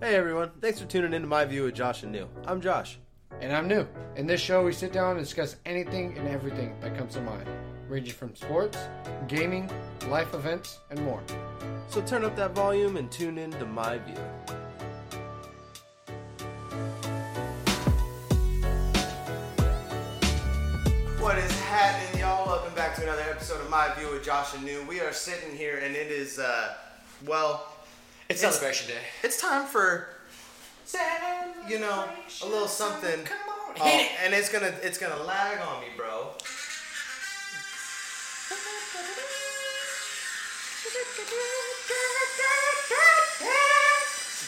Hey everyone, thanks for tuning in to my view of Josh and Neil. I'm Josh. And I'm new. In this show, we sit down and discuss anything and everything that comes to mind, ranging from sports, gaming, life events, and more. So turn up that volume and tune in to my view. What is happening, y'all? Welcome back to another episode of My View with Josh and New. We are sitting here, and it is, uh, well, It's celebration day. it's time for, you know, a little something. Come on, Oh, hit and it's gonna, it's gonna lag on me, bro.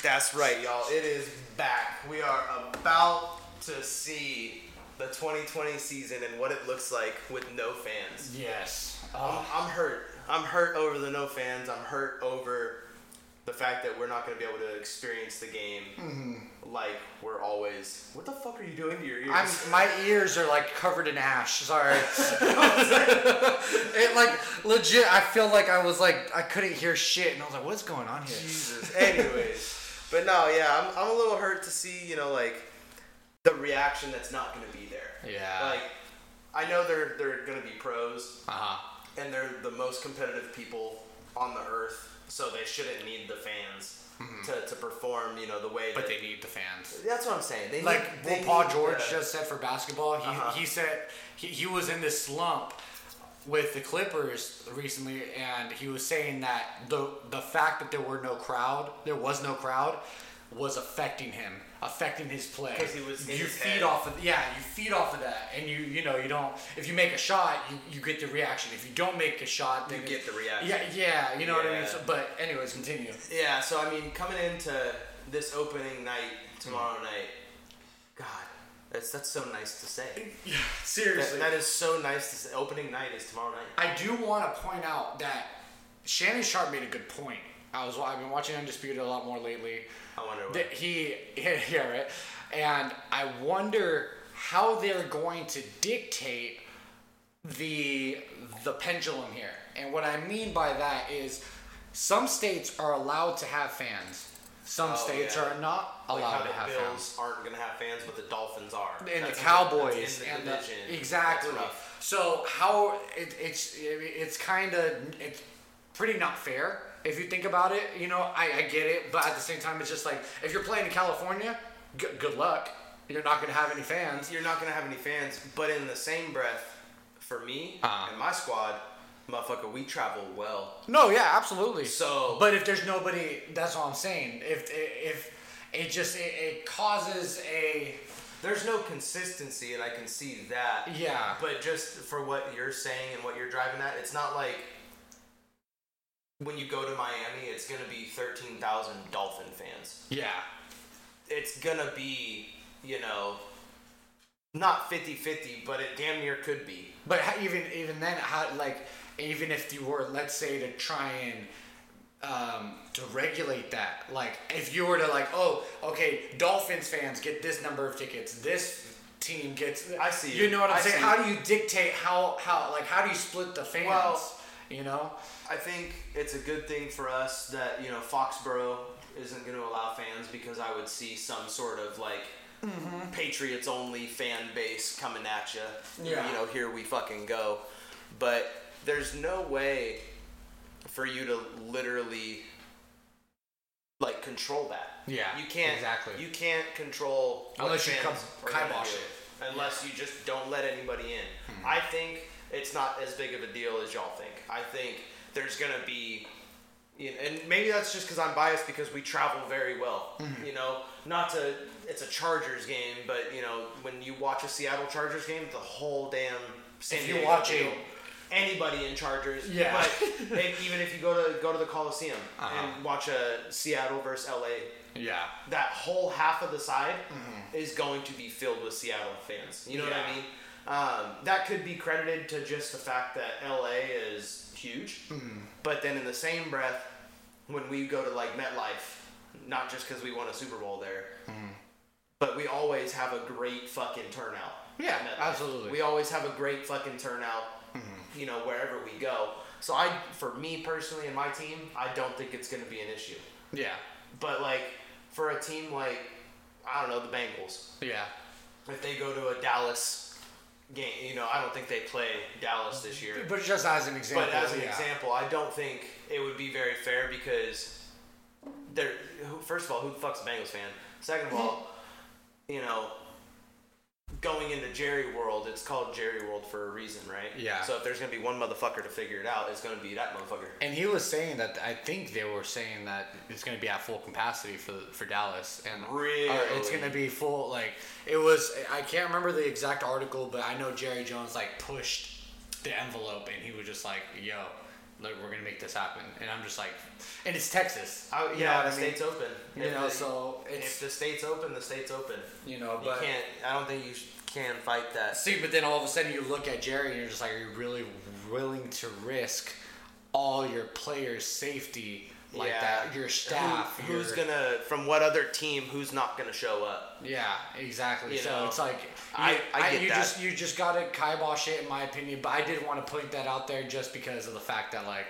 That's right, y'all. It is back. We are about to see the 2020 season and what it looks like with no fans. Yes. I'm, I'm hurt. I'm hurt over the no fans. I'm hurt over the fact that we're not going to be able to experience the game like we're always. What the fuck are you doing to your ears? I'm, my ears are like covered in ash. Sorry. it like legit. I feel like I was like I couldn't hear shit, and I was like, "What's going on here?" Jesus. Anyways, but no, yeah, I'm, I'm a little hurt to see you know like the reaction that's not going to be there. Yeah. Like I know they're they're going to be pros Uh huh. and they're the most competitive people on the earth, so they shouldn't need the fans to, to perform. You know the way. Mm-hmm. But that, they need the fans. That's what I'm saying. They Like need, what they Paul need George the- just said for basketball, he, Uh-huh. he said he, he was in this slump with the Clippers recently, and he was saying that the the fact that there were no crowd, there was no crowd, was affecting him, affecting his play. 'Cause he was in you his feed head. off of yeah, you feed off of that, and you you know you don't if you make a shot, you, you get the reaction. If you don't make a shot, then You it's- get the reaction. Yeah, yeah, you know what I mean. Yeah. So, but anyways, continue. Yeah, so I mean, coming into this opening night tomorrow night, God, that's that's so nice to say. Yeah, That, seriously. that is so nice to say. Opening night is tomorrow night. I do want to point out that Shannon Sharp made a good point. I was I've been watching Undisputed a lot more lately. I wonder what. That he yeah right, and I wonder how they're going to dictate the the pendulum here. And what I mean by that is some states are allowed to have fans. Some Oh, states yeah. are not like allowed how to have the fans Bills aren't gonna have fans, but the Dolphins are. and the That's in Cowboys that's in the and division. the exactly. That's rough. So how it, it's it's kind of it's pretty not fair if you think about it. You know, I, I get it, but at the same time, it's just like if you're playing in California, g- good luck. You're not gonna have any fans. You're not gonna have any fans, but in the same breath, for me Uh-huh. and my squad, motherfucker, we travel well. No, yeah, absolutely. So- but if there's nobody, that's all I'm saying. If if it just it, it causes a There's no consistency, and I can see that. yeah. But just for what you're saying and what you're driving at, it's not like when you go to Miami, it's going to be 13,000 Dolphin fans. yeah. It's going to be, you know, not 50 50, but it damn near could be. But how, even even then, how like even if you were, let's say, to try and um, to regulate that, like if you were to like, oh, okay, Dolphins fans get this number of tickets, this team gets. I see You you. know what I'm I saying? see How you. do you dictate how how like how do you split the fans? Well- you know. I think it's a good thing for us that, you know, Foxborough isn't going to allow fans because I would see some sort of like. Mm-hmm. Patriots only fan base coming at you. Yeah. You know, here we fucking go. But there's no way for you to literally like control that. Yeah, You can't exactly. You can't control what Unless you fans come- are gonna kibosh do. Unless you just don't let anybody in. Hmm. I think it's not as big of a deal as y'all think. I think there's gonna be you know, and maybe that's just because I'm biased because we travel very well. Hmm. You know, not to it's a Chargers game, but you know when you watch a Seattle Chargers game, the whole damn San If you Diego watch a- field, anybody in Chargers, Yeah. But if, even if you go to go to the Coliseum Uh-huh. and watch a Seattle versus LA, Yeah. that whole half of the side is going to be filled with Seattle fans. You know what I Mm-hmm. Yeah. mean? Um, that could be credited to just the fact that LA is huge, Mm-hmm. but then in the same breath, when we go to like MetLife, not just because we won a Super Bowl there, Mm-hmm. but we always have a great fucking turnout. Yeah, at MetLife. absolutely. Mm-hmm. We always have a great fucking turnout. You know, wherever we go. So I, for me personally and my team, I don't think it's going to be an issue. Yeah. But like for a team like I don't know the Bengals. Yeah. If they go to a Dallas game, you know I don't think they play Dallas this year. But just as an example. But as an yeah. example, I don't think it would be very fair because they're who- first of all, who the fuck's a Bengals fan? Second of all, you know, going into Jerry World, it's called Jerry World for a reason, right? Yeah. So if there's gonna be one motherfucker to figure it out, it's gonna be that motherfucker. And he was saying that I think they were saying that it's going to be at full capacity for for Dallas, and or it's Really? going to be full. Like it was, I can't remember the exact article, but I know Jerry Jones like pushed the envelope, and he was just like, "Yo, like we're going to make this happen." And I'm just like, and it's Texas, I, You know Oh, yeah, what the I mean? state's open. You If know, the- so if it's the state's open, the state's open. you know, You but can't. I don't think you sh- can fight that. See, but then all of a sudden you look at Jerry and you're just like, are you really willing to risk all your players' safety like Yeah. that? Your staff, Who- who's your- gonna from what other team? Who's not gonna show up? Yeah, exactly. You so know, it's like I- you- I get you that. just you just gotta kibosh it in my opinion. But I did want to point that out there just because of the fact that like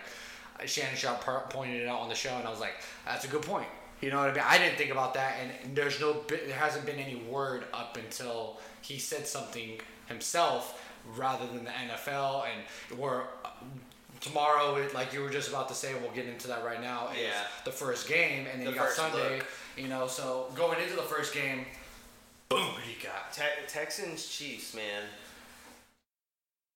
Shannon Sharp par- pointed it out on the show, and I was like, that's a good point. You know what I mean? I didn't think about that, and there's no bi- there hasn't been any word up until he said something himself rather than the NFL and or. uh, Tomorrow, it, like you were just about to say, we'll get into that right now. Is Yeah. the first game, and then The you got first Sunday. look. You know, so going into the first game, boom, he got. Te- Texans Chiefs, man.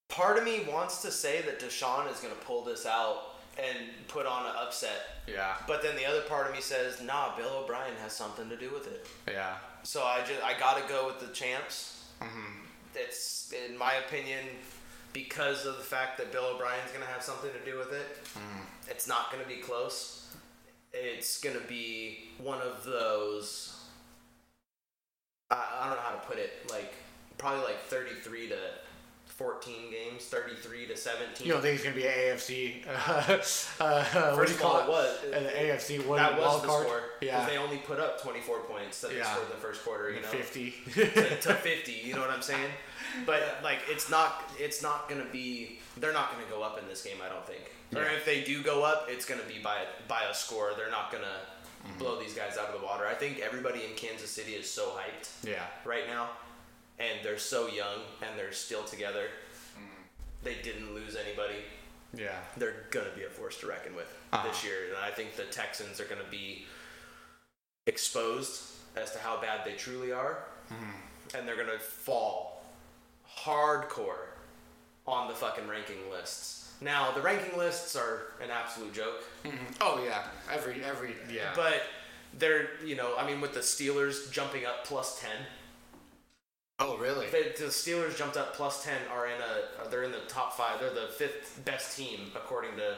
Part of me wants to say that Deshaun is going to pull this out and put on an upset. Yeah, But then the other part of me says, nah, Bill O'Brien has something to do with it. yeah, So I just I got to go with the champs. Mm-hmm. That's in my opinion because of the fact that Bill O'Brien's going to have something to do with it. Mm-hmm. It's not going to be close. It's going to be one of those I, I don't know how to put it. Like probably like 33 to 14 games, 33 to 17. You don't think it's gonna be an AFC? Uh, uh, what do First you of call all, it? it was. An AFC one that was wild the card. score. 'cause Yeah, They only put up 24 points that they Yeah. scored in the first quarter, you know. fifty. to, to 50 you know what i'm saying but like it's not it's not gonna be they're not gonna go up in this game i don't think or Yeah. if they do go up it's gonna be by by a score they're not gonna Mm-hmm. blow these guys out of the water i think everybody in kansas city is so hyped yeah, right now and they're so young and they're still together Mm-hmm. they didn't lose anybody yeah. they're gonna be a force to reckon with Uh-huh. this year, and I think the Texans are gonna be exposed as to how bad they truly are, and they're gonna fall hardcore on the fucking ranking lists. Now the ranking lists are an absolute joke, Oh yeah, every every yeah. but they're you know I mean with the Steelers jumping up plus ten, oh really? they, the Steelers jumped up plus ten are in a they're in the top five. They're the fifth best team according to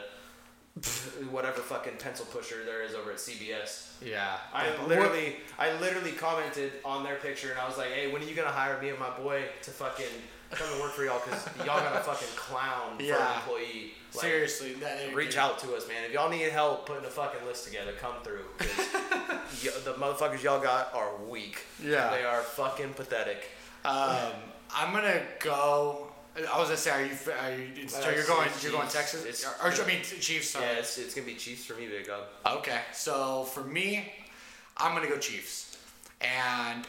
whatever fucking pencil pusher there is over at CBS. yeah. I What- literally I literally commented on their picture and I was like, hey, when are you gonna hire me and my boy to fucking come and work for y'all? Cause y'all got a fucking clown for an Yeah. employee. Like, seriously that Reach out to us, man. If y'all need help putting a fucking list together, come through. 'cause y- the motherfuckers y'all got are weak. Yeah. They are fucking pathetic. Um, I'm gonna go. I was gonna say, are you? Are you so Uh, you're going? Chiefs. You're going Texas? It's- or, I mean, Chiefs. Sorry. Yeah, it's, it's gonna be Chiefs for me, big dog. Okay, so for me, I'm gonna go Chiefs, and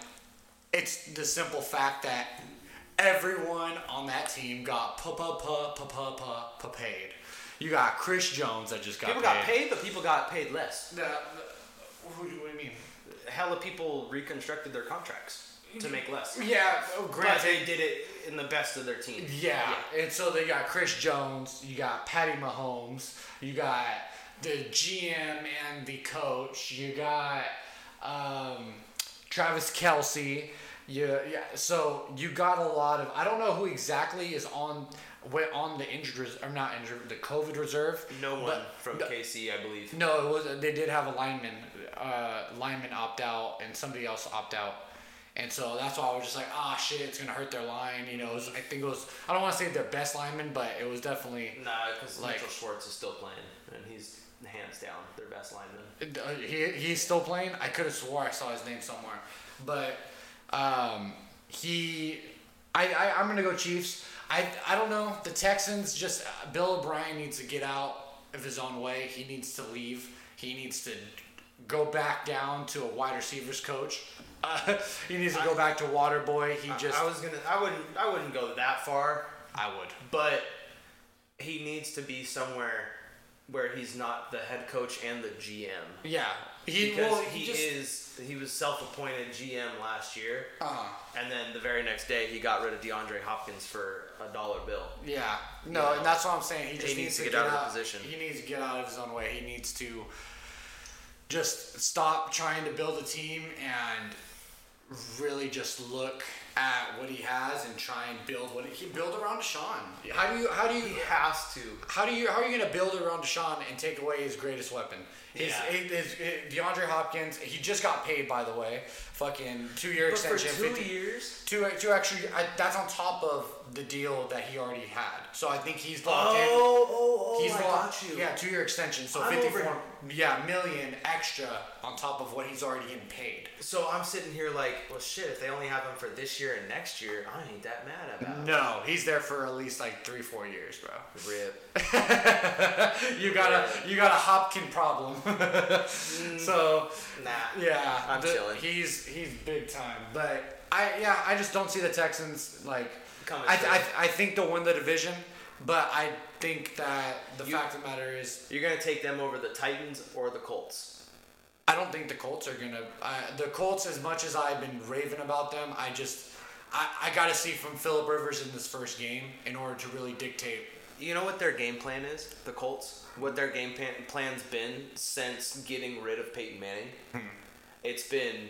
it's the simple fact that everyone on that team got pa pa pa pa pa pa pa paid. You got Chris Jones that just got People got paid, but people got paid less. The, the- who do you mean? Hella people reconstructed their contracts to make less. Yeah, But granted. they did it in the best of their team. Yeah. and so they got Chris Jones, you got Patty Mahomes, you got the GM and the coach, you got um, Travis Kelsey. Yeah, yeah. So you got a lot of. I don't know who exactly is on went on the injured res- or not injured the COVID reserve. No one but- from KC, I believe. no, it was they did have a lineman, uh, lineman opt out, and somebody else opt out, and so that's why I was just like, ah, shit, it's gonna hurt their line. You know, it was, I think it was. I don't want to say their best lineman, but it was definitely Nah, because Like- Mitchell Schwartz is still playing, and he's hands down their best lineman. Uh, he, he's still playing. I could have swore I saw his name somewhere, but um, he, I, I I'm gonna go Chiefs. I I don't know the Texans. Just uh, Bill O'Brien needs to get out of his own way. He needs to leave. He needs to go back down to a wide receivers coach. Uh, he needs to go back to water boy. He just I was gonna. I wouldn't. I wouldn't go that far, I would. but he needs to be somewhere where he's not the head coach and the GM. Yeah. He Because well, he, he, just, is. He was self-appointed GM last year, Uh, and then the very next day he got rid of DeAndre Hopkins for a dollar bill. yeah. No, and that's what I'm saying. He just needs needs to to get out of the position. He needs to get out of his own way. He needs to just stop trying to build a team and really just look at what he has and try and build what he build around Deshaun. How do you how do you He has to. How do you how are you going to build around Deshaun and take away his greatest weapon? His, Yeah. his, his- DeAndre Hopkins. He just got paid, by the way. Fucking two year But for extension. two 50 years. two, two actually. I, that's on top of the deal that he already had. So I think he's locked in. oh, He's locked. Yeah, two year extension. So I'm fifty over- four. Yeah, million extra on top of what he's already getting paid. So I'm sitting here like, well, shit. If they only have him for this year and next year, I ain't that mad about. it. No, he's there for at least like three four years, bro. Rip. You got a you got a Hopkin problem. so Nah. Yeah, I'm the- chilling. He's he's big time, but I yeah I just don't see the Texans like. Coming I, through. I I think they'll win the division, but I think that the You- fact of the matter is You're gonna take them over the Titans or the Colts. I don't think the Colts are gonna. Uh, the Colts, as much as I've been raving about them, I just I, I got to see from Philip Rivers in this first game in order to really dictate. You know what their game plan is? The Colts. What their game plan plan's been since getting rid of Peyton Manning? It's been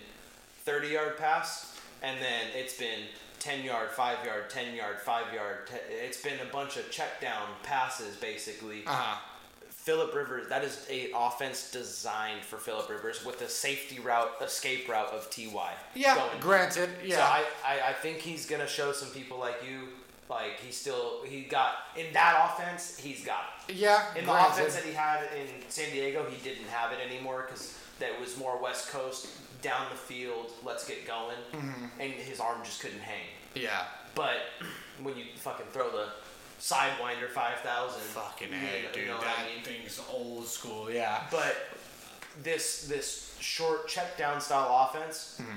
30 yard pass, and then it's been 10 yard, 5 yard, 10 yard, 5 yard. Te- it's been a bunch of check down passes, basically. Uh-huh. Philip Rivers, that is a offense designed for Philip Rivers with a safety route, escape route of Ty. Yeah, going granted. Yeah, So I, I, I think he's gonna show some people like you, like he still he got in that offense, he's got it. yeah. In the granted. offense that he had in San Diego, he didn't have it anymore because that was more West Coast down the field, let's get going, Mm-hmm. and his arm just couldn't hang. yeah. But when you fucking throw the sidewinder five thousand, Fucking hey, dude, that thing's old school. Yeah. But this this short check down style offense, Mm-hmm.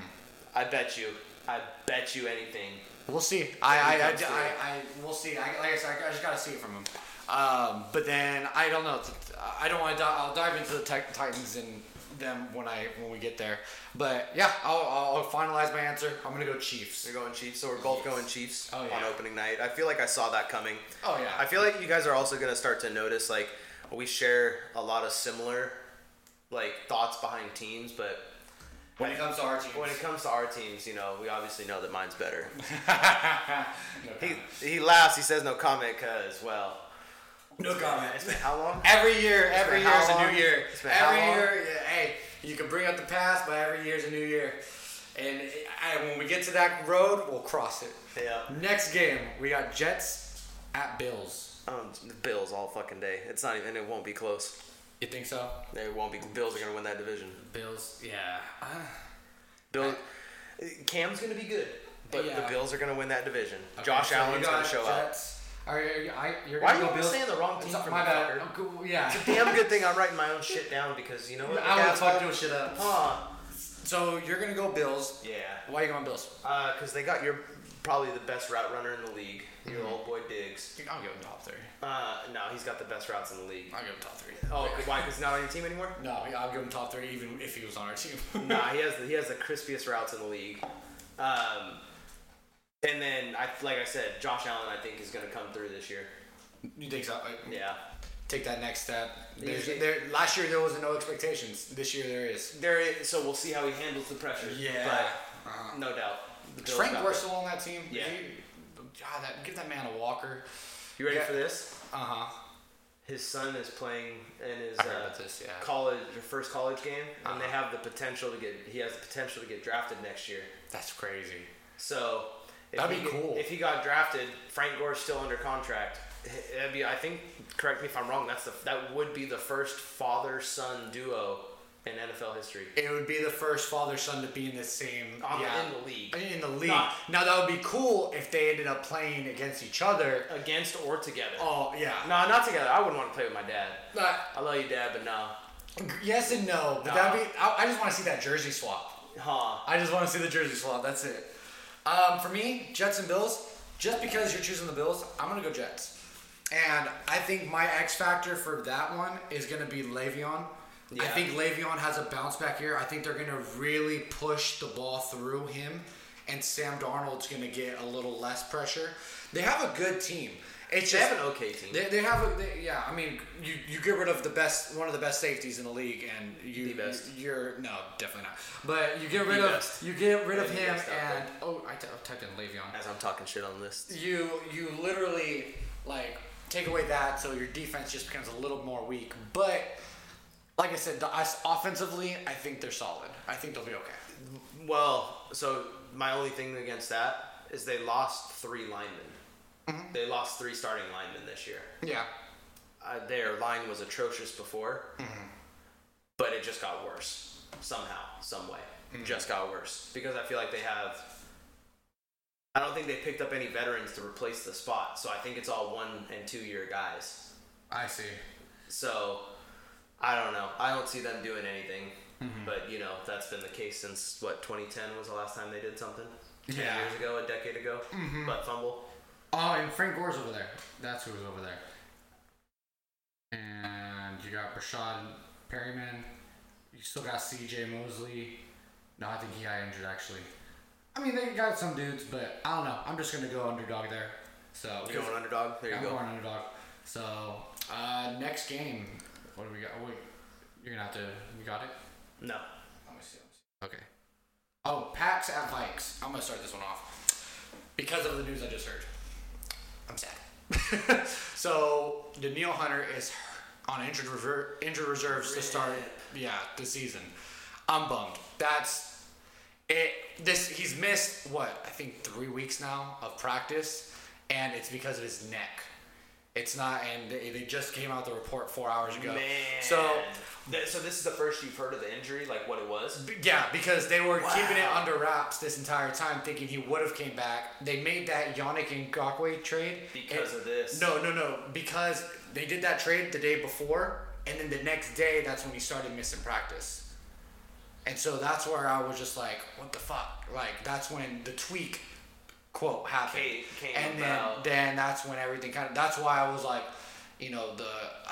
I bet you, I bet you anything We'll see. I I, I, comes through. I, I we'll see. I, like I said, I just gotta see it from him. Um, but then I don't know. I don't want to. Di- I'll dive into the Ti- Titans and them when I when we get there. But yeah, I'll, I'll finalize my answer. I'm gonna go Chiefs. You're going Chiefs, so we're both going Chiefs Oh, on yeah. opening night. I feel like I saw that coming. Oh, yeah. I feel like you guys are also going to start to notice like we share a lot of similar like thoughts behind teams, but When it comes to our team, when it comes to our teams, you know, we obviously know that mine's better. no, He comment. he laughs. He says no comment because well, no comment. it's been how long? Every year, every been year is how a long? new year. It's been how Every long? year, yeah, hey, you can bring up the past, but every year is a new year. And I, when we get to that road, we'll cross it. Yeah. Next game, we got Jets at Bills. Um, the Bills all fucking day. It's not even. And it won't be close. You think so? It won't be. Bills are going to win that division. Bills, yeah. Bill, Cam's going to be good, but Yeah. the Bills are going to win that division. Josh Allen's going to show up. up. Are you, I, you're Why gonna are go you Bills? saying the wrong team It's- for my me, bad. fucker? I'm cool, yeah. Damn good thing I'm writing my own shit down because you know what? I would That's fuck why- this shit up. Huh. So you're gonna go Bills. Yeah. Why you going Bills? Because Uh, they got your probably the best route runner in the league, your Mm-hmm. old boy Diggs. I'll give him top three. Uh, no, he's got the best routes in the league. I'll give him top three. Oh, why? Because he's not on your team anymore? No, I'll give him top three even if he was on our team. nah, he has the, he has the crispiest routes in the league. Um, and then I like I said, Josh Allen I think is going to come through this year. you think so? Yeah. Take that next step. There's, Usually- there, last year there was no expectations. This year there is. There. Is, so we'll see how he handles the pressure. Yeah. Uh-huh. But no doubt. the Bills Frank got- Worcel on that team. Yeah. He- God, that, give that man a walker. You ready Yeah. for this? Uh huh. his son is playing in his I heard uh, about this, yeah. Uh-huh. college their first college game, and they have the potential to get he has the potential to get drafted next year. That's crazy. So if That'd he be get- cool. if he got drafted. Frank Gore's still under contract. H- That'd be I think correct me if I'm wrong. That's the that would be the first father son duo in NFL history It would be the first father son to be in the same On- yeah, in the league. in the league. Not- now that would be cool if they ended up playing against each other. Uh, against or together. Oh yeah. No, not together. I wouldn't want to play with my dad. But I love you, dad, but no. Yes and no, but Nah. that'd be. I, I just want to see that jersey swap. Huh. I just want to see the jersey swap. That's it. Um, for me, Jets and Bills. Just because you're choosing the Bills, I'm gonna go Jets. And I think my X factor for that one is gonna be Le'Veon. I Yeah. think Le'Veon has a bounce back here. I think they're gonna really push the ball through him, and Sam Darnold's gonna get a little less pressure. They have a good team. It's They just, have an okay team. They, they have a they, yeah. I mean, you, you get rid of the best one of the best safeties in the league, and you The best. you're no definitely not. But you get rid of best. you get rid of The him best out there. and oh I, t- I typed in Le'Veon. As I'm talking shit on this. You you literally like take away that, so your defense just becomes a little more weak. But like I said, the, us offensively, I think they're solid. I think they'll be okay. Well, so my only thing against that is they lost three linemen. They lost three starting linemen this year. Yeah. Uh, their line was atrocious before, but it just got worse somehow, some way. Just got worse because I feel like they have. I don't think they picked up any veterans to replace the spot, so I think it's all one and two year guys. I see. So I don't know. I don't see them doing anything. But you know that's been the case since what 2010 was the last time they did something. Ten Yeah. years ago, a decade ago. Butt fumble. Oh, and Frank Gore's over there. That's who's over there. And you got Rashad Perryman. You still got C.J. Mosley. No, I think he got injured actually. I mean, they got some dudes, but I don't know. I'm just gonna go underdog there. So You going underdog? There you I'm go. going underdog. So uh, next game, what do we got? Oh, wait, you're gonna have to. You got it. No. Let me see. Let me see. Okay. Oh, Pats at Vikes. I'm gonna start this one off because of the news I just heard. I'm sad. so Daniil Hunter is on injured reserve, injured reserves to start. Yeah, the season. I'm bummed. That's it. This he's missed what I think three weeks now of practice, and it's because of his neck. It's not, and they, they just came out the report four hours ago. So Th- so this is the first you've heard of the injury, like what it was. yeah, because they were keeping it under wraps this entire time, thinking he would have came back. They made that Yannick Ngakwe trade Because and- of this. No, no, no. Because they did that trade the day before, and then the next day, that's when he started missing practice. And so that's where I was just like, "What the fuck?" Like that's when the tweak quote happened, Came- came and then about. then that's when everything kind of. That's why I was like, you know, the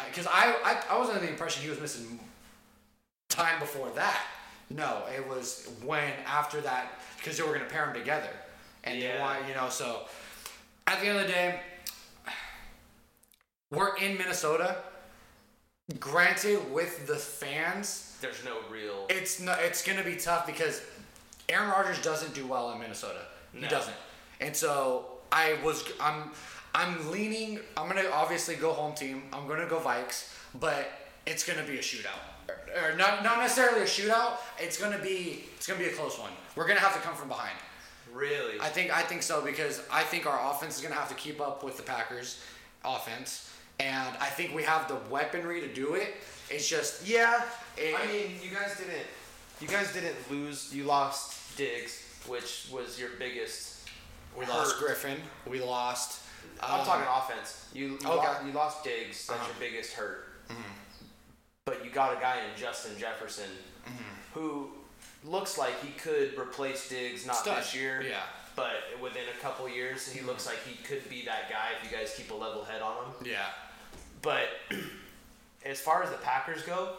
because I, I I was under the impression he was missing time before that. No, it was when after that because they were gonna pair them together, and they Yeah. want you know. So at the end of the day, we're in Minnesota. Granted, with the fans, There's no real. it's no, it's gonna be tough because Aaron Rodgers doesn't do well in Minnesota. He No. doesn't, and so I was I'm I'm leaning. I'm gonna obviously go home team. I'm gonna go Vikes, but it's gonna be a shootout. Or not, not necessarily a shootout. It's gonna be it's gonna be a close one. We're gonna have to come from behind. Really? I think I think so because I think our offense is going to have to keep up with the Packers' offense, and I think we have the weaponry to do it. It's just yeah. It- I mean, you guys didn't. You guys didn't lose. You lost Diggs, which was your biggest. we lost hurt. Griffin, we lost. I'm um, talking offense. You you, okay. Uh-huh. Mm-hmm. lost, you lost Diggs. That's your biggest hurt. But you got a guy in Justin Jefferson Mm-hmm. who looks like he could replace Diggs not Stud. this year. Yeah. Mm-hmm. But within a couple years, he looks like he could be that guy if you guys keep a level head on him. Yeah, But as far as the Packers go,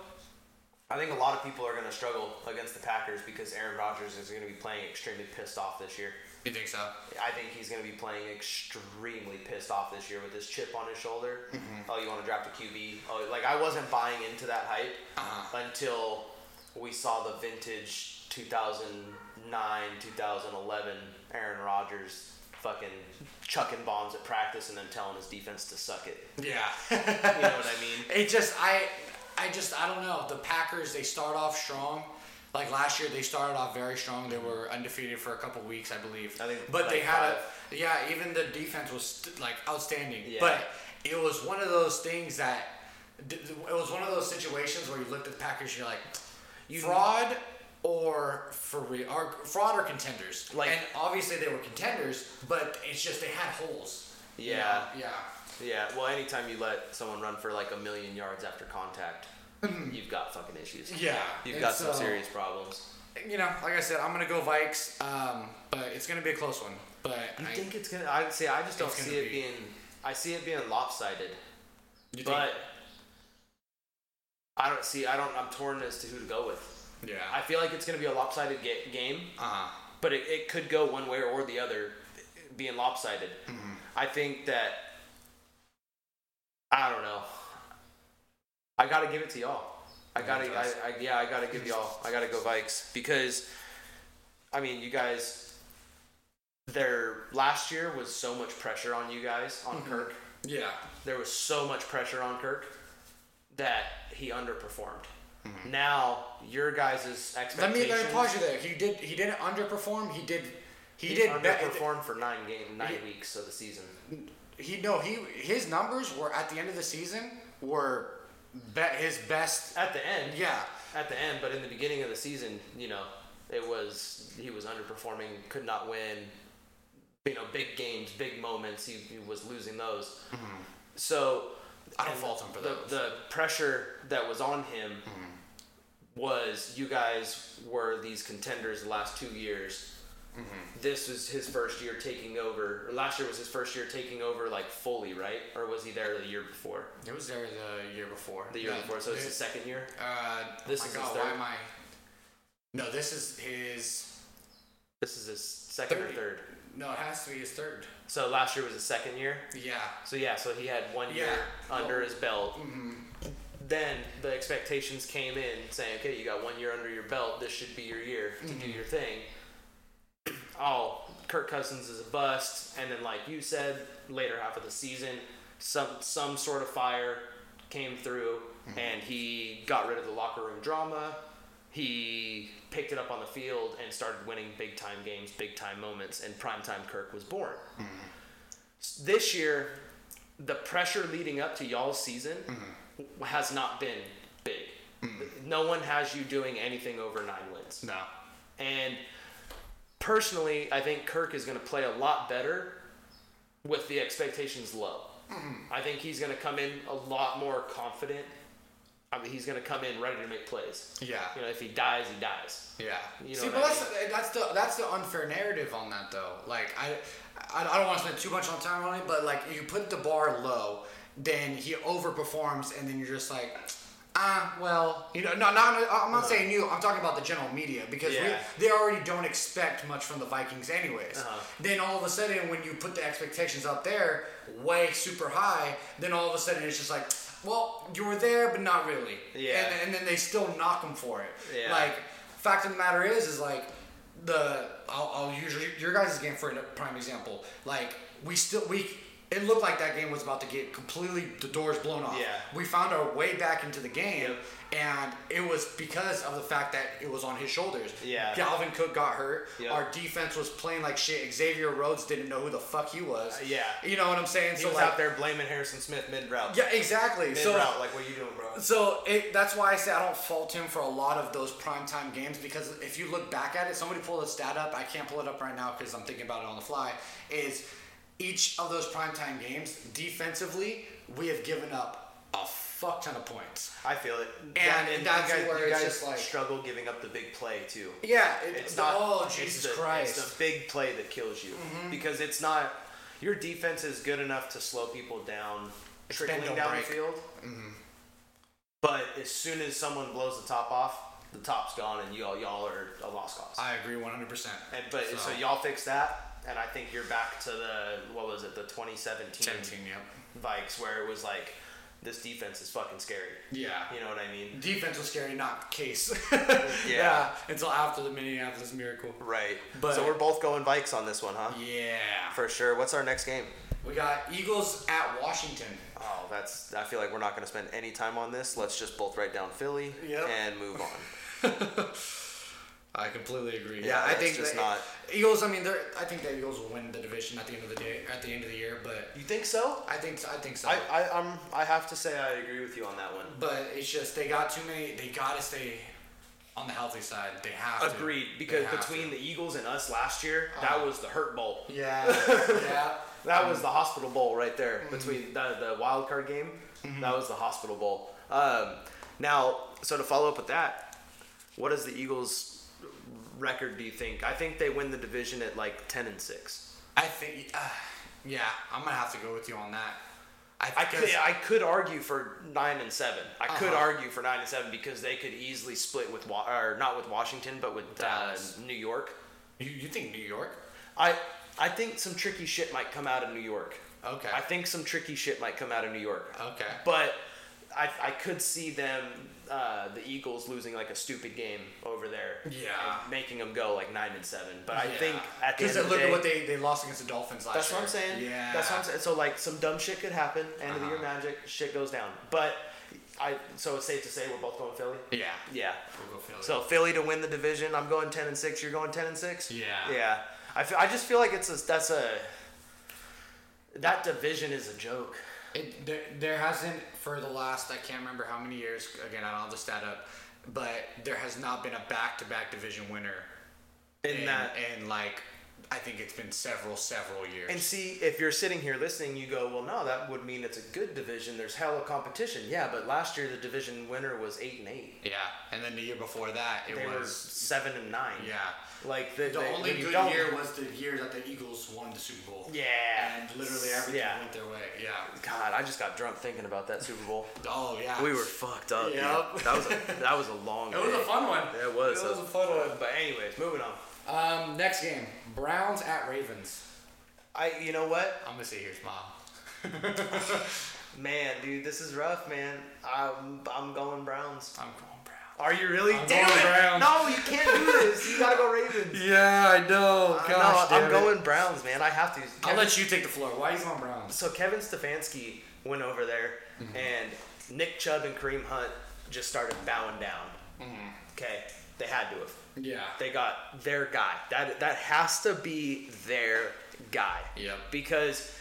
I think a lot of people are going to struggle against the Packers because Aaron Rodgers is going to be playing extremely pissed off this year. you think so? I think he's going to be playing extremely pissed off this year with this chip on his shoulder. Mm-hmm. Oh, you want to draft a QB? Oh, like I wasn't buying into that hype Uh-huh. until we saw the vintage 2009, 2011 Aaron Rodgers fucking chucking bombs at practice and then telling his defense to suck it. Yeah. You know what I mean? It just I I just I don't know. The Packers they start off strong. Like last year they started off very strong. They were undefeated for a couple weeks, I believe. I think but they like had a yeah, even the defense was st- like outstanding. Yeah. But it was one of those things that d- d- it was one of those situations where you looked at the Packers and you're like fraud or for real or fraud or contenders. Like- and obviously they were contenders, but it's just they had holes. you Yeah. know? Yeah. Yeah. Well, anytime you let someone run for like a million yards after contact, you've got fucking issues. Mm-hmm. Yeah, You've got it's, some uh, serious problems. You know, like I said, I'm gonna go Vikes, um, but it's gonna be a close one. But You I think it's gonna? I see. I just don't It's gonna see it be- being. I see it being lopsided, you but I don't see. I don't. I'm torn as to who to go with. think, yeah, I feel like it's gonna be a lopsided ga- game, uh huh, but it, it could go one way or the other, being lopsided. Mm-hmm. I think that. I don't know. I gotta give it to y'all. I gotta. I, I, yeah, I gotta give y'all. I gotta go Vikes because, I mean, you guys. Their last year was so much pressure on you guys on Mm-hmm. Kirk. yeah, There was so much pressure on Kirk that he underperformed. Now your guys' Mm-hmm. Let me expectations. let me pause you there. He did he didn't underperform. He did he, He did be- underperformed for nine game, nine weeks of the season. He no he his numbers were at the end of the season were be- his best. At the end, Yeah, at the end, but in the beginning of the season, you know, it was he was underperforming, could not win. You know, big games, big moments, he, he was losing those. So Mm-hmm. I don't and fault him for the, those. The pressure that was on him Mm-hmm. was you guys were these contenders the last two years. Mm-hmm. This was his first year taking over. Or last year was his first year taking over, like fully, right? Or was he there the year before? it was there the year before. The year No, before, so it's the- his second year. Uh, This oh my is God, his why third. am I? No, this is his. This is his second or Third. third. No, it has to be his third. So last year was his second year. Yeah, So yeah, so he had one year Yeah. Oh. Mm-hmm. under his belt. Then the expectations came in saying, okay, you got one year under your belt. This should be your year to Mm-hmm. do your thing. Oh, Kirk Cousins is a bust. And then, like you said, later half of the season, some some sort of fire came through, and he got rid of the locker room drama. He picked it up on the field and started winning big time games, big time moments, and primetime Kirk was born this year, the pressure leading up to y'all's season w- has not been big. No one has you doing anything over nine wins. no. And personally, I think Kirk is going to play a lot better with the expectations low. I think he's going to come in a lot more confident. I mean, he's going to come in ready to make plays. Yeah. You know, if he dies, he dies. Yeah. You know See, what but I that's, that's the that's the unfair narrative on that though. Like I, I, I don't want to spend too much on time on it, but like you put the bar low, then he overperforms, and then you're just like. Ah, well, you know, no, no, no, I'm not saying you. I'm talking about the general media because Yeah. Uh-huh. we, they already don't expect much from the Vikings, anyways. Then all of a sudden, when you put the expectations up there way super high, then all of a sudden it's just like, well, you were there, but not really. Yeah. And, and then they still knock him for it. Yeah. Like, fact of the matter is, is like the I'll, I'll use your, your guys' game for a prime example. Like we still we it looked like that game was about to get completely the doors blown off. Yeah. We found our way back into the game, Yep. and it was because of the fact that it was on his shoulders. Yeah. Dalvin Cook got hurt. Yep. Our defense was playing like shit. Xavier Rhodes didn't know who the fuck he was. Uh, yeah. You know what I'm saying? He so was like, out there blaming Harrison Smith mid route. Yeah, exactly. Mid so route, like, what are you doing, bro? so it, that's why I say I don't fault him for a lot of those primetime games because if you look back at it, somebody pulled a stat up. I can't pull it up right now because I'm thinking about it on the fly. Is each of those primetime games defensively, we have given up a fuck ton of points. I feel it. And that's you guys, where you it's guys just like- struggle giving up the big play too. Yeah, It's not. Oh it's Jesus the, Christ! It's the big play that kills you because it's not. Your defense is good enough to slow people down, trickling don't down break. the field. But as soon as someone blows the top off, the top's gone, and y'all y'all are a lost cause. I agree 100. percent and, but so. y'all fix that, and I think you're back to the what was it, the 2017 17, yep. Vikes, where it was like this defense is fucking scary. Yeah. you know what I mean. Defense was scary, not case. Yeah. until after the Minneapolis Miracle. Right. But- so we're both going Vikes on this one, huh? Yeah, For sure. What's our next game? we got Eagles at Washington. Oh, that's. I feel like we're not going to spend any time on this. Let's just both write down Philly Yep. and move on. I completely agree. Yeah, I it's think just the not- Eagles. I mean, they're. I think the Eagles will win the division at the end of the day. At the end of the year, but You think so? I think I think so. I, I, I'm. I have to say I agree with you on that one. but it's just they got too many. They gotta stay on the healthy side. They have to. Agreed. They Because have between to. the Eagles and us last year, that was the hurt bowl. yeah, yeah, That was the Mm-hmm. hospital bowl right there between the, the wild card game. That was the hospital bowl. Um, Now, so to follow up with that, what is the Eagles' record? Do you think? I think they win the division at like ten and six. I think, uh, yeah, I'm gonna have to go with you on that. I could I could argue for nine and seven. I could Uh-huh. argue for nine and seven because they could easily split with Wa- or not with Washington, but with uh, Dallas. New York. you, you think New York? I I think some tricky shit might come out of New York. Okay. I think some tricky shit might come out of New York. Okay. But I, I could see them, uh, the Eagles losing like a stupid game over there. Yeah. and making them go like nine and seven. But I Yeah. think at the end Because of the look day, at what they, they lost against the Dolphins last that's year. what I'm saying. Yeah. That's what I'm saying. So like some dumb shit could happen. End of the year Uh-huh. magic shit goes down. But I so it's safe to say we're both going Philly. Yeah. Yeah. We'll go Philly. So Philly to win the division. I'm going ten and six. You're going ten and six. Yeah. Yeah. I, feel, I just feel like it's a that's a that division is a joke. It, there, there hasn't for the last I can't remember how many years. Again, I don't have the stat up, but there has not been a back-to-back division winner In that. and like I think it's been several several years. And see, if you're sitting here listening, you go, well, no, that would mean it's a good division. There's hella competition. Yeah, but last year the division winner was eight and eight. yeah, and then the year before that it They were was seven and nine. yeah. Like the, The only you good don't- year was the year that the Eagles won the Super Bowl. Yeah. And literally everything Yeah. went their way. Yeah. God, I just got drunk thinking about that Super Bowl. Oh yeah. We were fucked up. dude. Yep. That was a, that was a long. It was a day. fun one. Yeah, it was. It was a fun one. But anyways, moving on. Um, next game, Browns at Ravens. I, you know what, I'm gonna say here's mom. man, dude, this is rough, man. I'm I'm going Browns. I'm going Browns. Are you really? I'm Damn going it! Browns. No, you can't do this. You gotta go Ravens. Yeah, I know. Uh, Gosh, no, damn I'm it. going Browns, man. I have to. I'll Kevin- let you take the floor. Why are you going Browns? so Kevin Stefanski went over there, and Nick Chubb and Kareem Hunt just started bowing down. Mm-hmm. Okay, they had to have. Yeah. They got their guy. That that has to be their guy. Yep. Because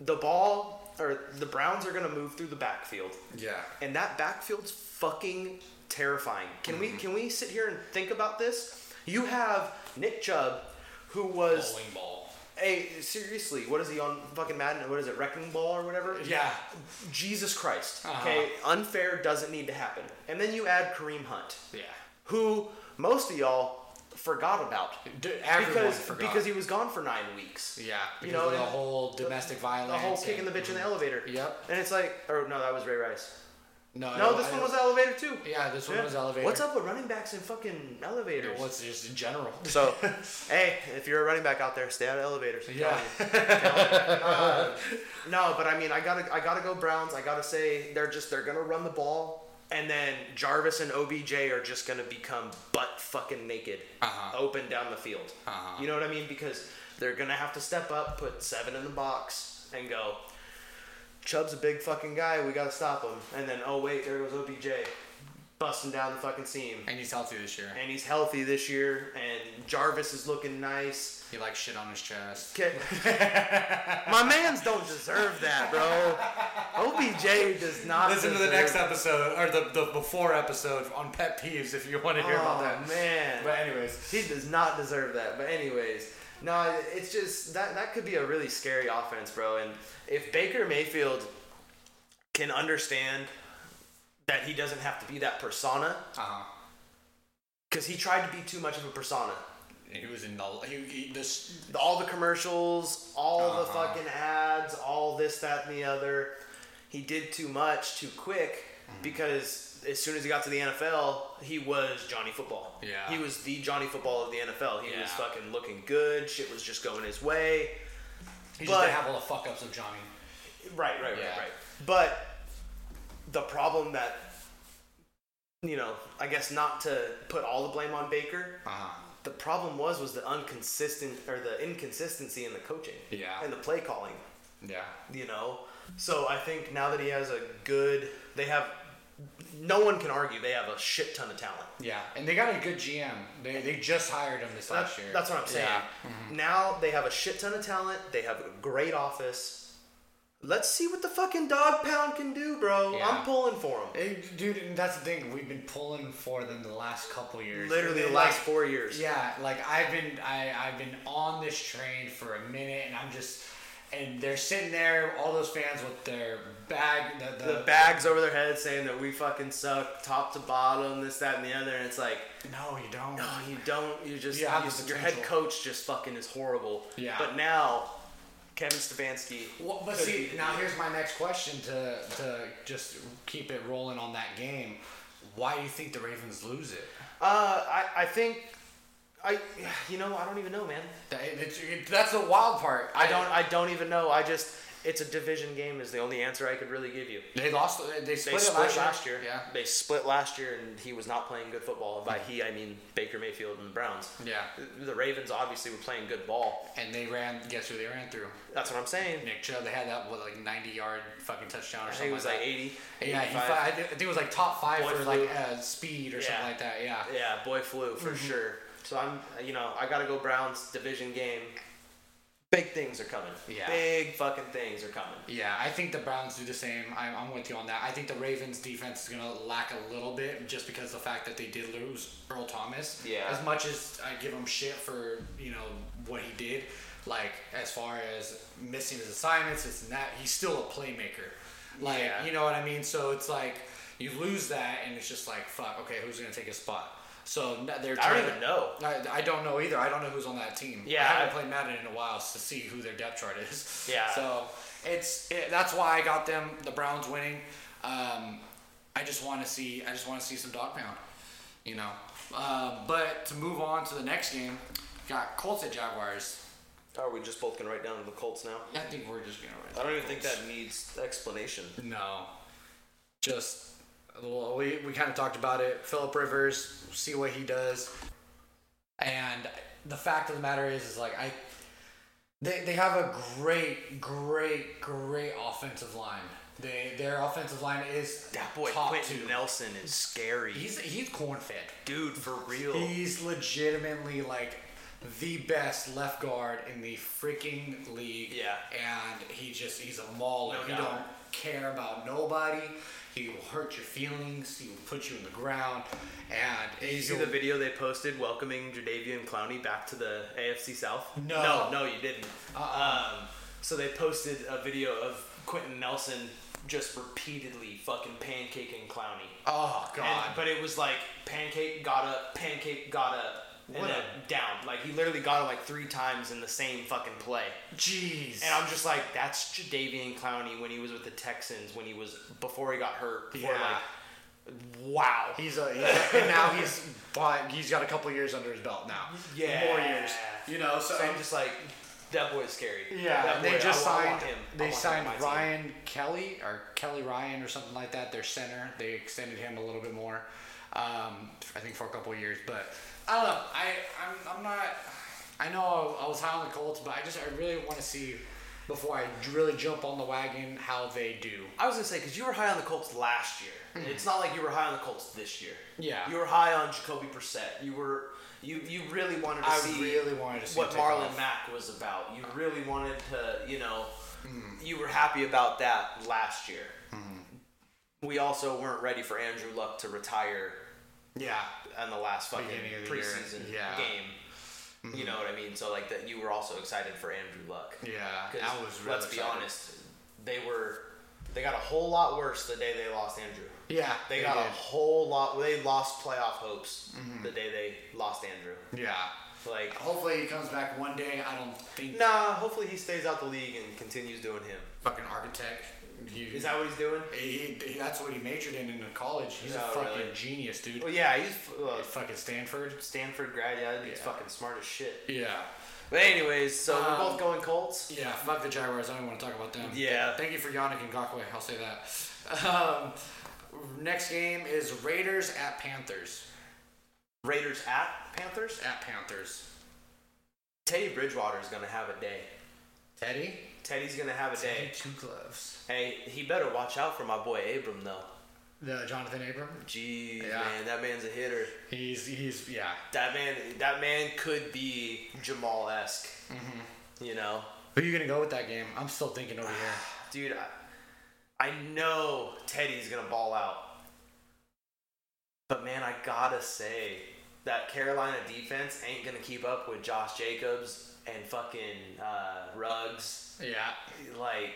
the ball or the Browns are gonna move through the backfield, Yeah. and that backfield's fucking terrifying. Can Mm-hmm. we can we sit here and think about this? You have Nick Chubb, who was Bowling ball. Hey, seriously, what is he on fucking Madden? What is it, Wrecking Ball or whatever? Yeah. Jesus Christ. Uh-huh. Okay, unfair doesn't need to happen. And then you add Kareem Hunt, Yeah. who most of y'all forgot about. D- everyone because, forgot. because he was gone for nine weeks. Yeah. You Because know, of the and whole domestic violence. the whole kicking the and- bitch in the elevator. Yep. And it's like, or no, that was Ray Rice. No. No, I- this I- one was elevator too. Yeah, this one was elevator. What's up with running backs in fucking elevators? What's just in general? So, hey, if you're a running back out there, stay out of elevators. I'm Yeah. telling you. Uh, no, but I mean, I gotta, I gotta go Browns. I gotta say, they're just, they're gonna run the ball, and then Jarvis and OBJ are just gonna become butt fucking naked, Uh-huh. open down the field. Uh-huh. You know what I mean? Because they're gonna have to step up, put seven in the box, and go. Chubb's a big fucking guy. We gotta stop him. And then, oh wait, there goes OBJ, busting down the fucking seam And he's healthy this year. and he's healthy this year, and Jarvis is looking nice. He likes shit on his chest. Okay. My man's don't deserve that, bro. OBJ does not. deserve- episode or the, the before episode on pet peeves if you want to Oh man, But anyways. he does not deserve that. But anyways, no, it's just that that could be a really scary offense, bro. And if Baker Mayfield can understand that he doesn't have to be that persona, Uh huh. because he tried to be too much of a persona. He was in the he, he this all the commercials, all the Uh-huh. fucking ads, all this, that, and the other. He did too much too quick Mm-hmm. because as soon as he got to the NFL, he was Johnny Football. Yeah. He was the Johnny Football of the NFL. He Yeah. was fucking looking good. Shit was just going his way. he But- just didn't have all the fuck ups of Johnny. Right, right, Yeah. right, right. But the problem that you know, I guess not to put all the blame on Baker, Uh huh. the problem was was the inconsistent or the inconsistency in the coaching. Yeah. And the play calling. Yeah. you know. So I think now that he has a good, they have, no one can argue they have a shit ton of talent. Yeah. And they got a good GM. They, they just hired him this That's, last year. that's what I'm saying. Yeah. Mm-hmm. Now they have a shit ton of talent. They have a great office. Let's see what the fucking dog pound can do, bro. Yeah. I'm pulling for him. Hey, dude, and that's the thing. We've been pulling for them the last couple years. Literally the Like, last four years. Yeah, like I've been, I, I've been on this train for a minute, and I'm just, and they're sitting there, all those fans with their bag, the, the, The bags over their heads saying that we fucking suck top to bottom, this, that, and the other. And it's like, No, you don't. no, you don't. You just, You have you- the your head potential. coach just fucking is horrible. Yeah. But now, Kevin Stefanski. Well, but could see, be- now here's my next question to to just keep it rolling on that game. Why do you think the Ravens lose it? Uh, I, I think, I, you know, I don't even know, man. That- it's- it- that's the wild part. I don't, I don't even know. I just, it's a division game is the only answer I could really give you. They lost. They They split, split, it last, year. Yeah. They split last year, and he was not playing good football. And by he, I mean Baker Mayfield and the Browns. Yeah. The Ravens obviously were playing good ball. And they ran. Guess who they ran through? That's what I'm saying. Nick Chubb. They had that what, like 90 yard fucking touchdown or I something. think it was like that. 80. Yeah, he, 85. fi- I thi- I think it was like top five Boy for flew. like uh, speed or Yeah. something like that. Yeah. Yeah, boy flew for Mm-hmm. sure. So I'm, you know, I gotta go Browns division game. Big things are coming. Yeah. Big fucking things are coming. Yeah, I think the Browns do the same. I'm, I'm with you on that. I think the Ravens' defense is going to lack a little bit just because of the fact that they did lose Earl Thomas. Yeah. As much as I give him shit for, you know, what he did, like, as far as missing his assignments, this and that, he's still a playmaker. Like, Yeah. you know what I mean? So it's like, you lose that, and it's just like, fuck, okay, who's going to take his spot? So n- I they're trying don't to- even know. I, I don't know either. I don't know who's on that team. Yeah, I haven't I- played Madden in a while s- to see who their depth chart is. Yeah. So it's it, that's why I got them the Browns winning. Um, I just want to see I just want to see some dog pound, you know. Um, but to move on to the next game, got Colts at Jaguars. Are we just both gonna write down the Colts now? I think we're just gonna. I don't even think that needs explanation. No. Just well, we we kind of talked about it. Philip Rivers, see what he does. And the fact of the matter is, is like I, they they have a great, great, great offensive line. They their offensive line is That boy top Quentin two. Nelson is scary, He's he's corn fed. dude. For real. He's legitimately like the best left guard in the freaking league. Yeah. And he just he's a mauler. No he doubt. don't care about nobody. He will hurt your feelings. He will put you in the ground. And Did you see he'll- the video they posted welcoming Jadavian Clowney back to the AFC South? No. No, no, you didn't. Um, so they posted a video of Quentin Nelson just repeatedly fucking pancaking Clowney. Oh God. And, but it was like pancake got up, pancake got up, and What a- then down. Like he literally got it like three times in the same fucking play. Jeez. And I'm just like, that's Jadavian Clowney when he was with the Texans, when he was before he got hurt. Before, Yeah. Like, wow. He's a, he's a- and now he's bought, he's got a couple years under his belt now. Yeah. More years. You know. So, So I'm just like, that boy's scary. Yeah, that and boy, they just I, signed. I want him. I They want him on signed my team. Ryan Kelly or Kelly Ryan or something like that. Their center. They extended him a little bit more. Um, I think for a couple of years, but I don't know. I I'm, I'm not. I know I was high on the Colts, but I just I really want to see before I really jump on the wagon how they do. I was gonna say because you were high on the Colts last year. It's not like you were high on the Colts this year. Mm-hmm. Yeah. you were high on Jacoby Brissett. You were you you really wanted to I see really wanted to see what him take Marlon off. Mack was about. You really wanted to you know Mm-hmm. you were happy about that last year. Mm-hmm. We also weren't ready for Andrew Luck to retire Yeah. on the last fucking Beginning of the year, preseason yeah. Mm-hmm. game. You know what I mean? So like that, you were also excited for Andrew Luck. Yeah. 'Cause I was. Really let's be excited. honest, they were they got a whole lot worse the day they lost Andrew. Yeah. They, got a did. Mm-hmm. whole lot. They lost playoff hopes the day they lost Andrew. Yeah. Like, Hopefully he comes back one day. I don't think nah. Hopefully he stays out the league and continues doing him. fucking architect. He, Is that what he's doing? he, he- that's what he majored in in college. He's a Oh, fucking really? genius, dude. Well, yeah, he's uh, Fucking Stanford. Stanford grad. Yeah, he's Yeah. fucking smart as shit. Yeah. But anyways, so Um, we're both going Colts. Yeah, fuck the Jaguars. I don't want to talk about them. Yeah. Thank you for Yannick and Gakwe. I'll say that. Um, next game is Raiders at Panthers. Raiders at Panthers. At Panthers. Teddy Bridgewater's gonna have a day. Teddy? Teddy's gonna have a day. Two gloves. Hey, he better watch out for my boy Abram though. The Jonathan Abram? Jeez, Yeah. man, that man's a hitter. He's, he's, yeah. That man, that man could be Jamal esque. You know, Who you going to go with that game? I'm still thinking over here. dude, I, I know Teddy's gonna ball out, but man, I gotta say, that Carolina defense ain't gonna keep up with Josh Jacobs and fucking uh, Ruggs. Yeah. Like,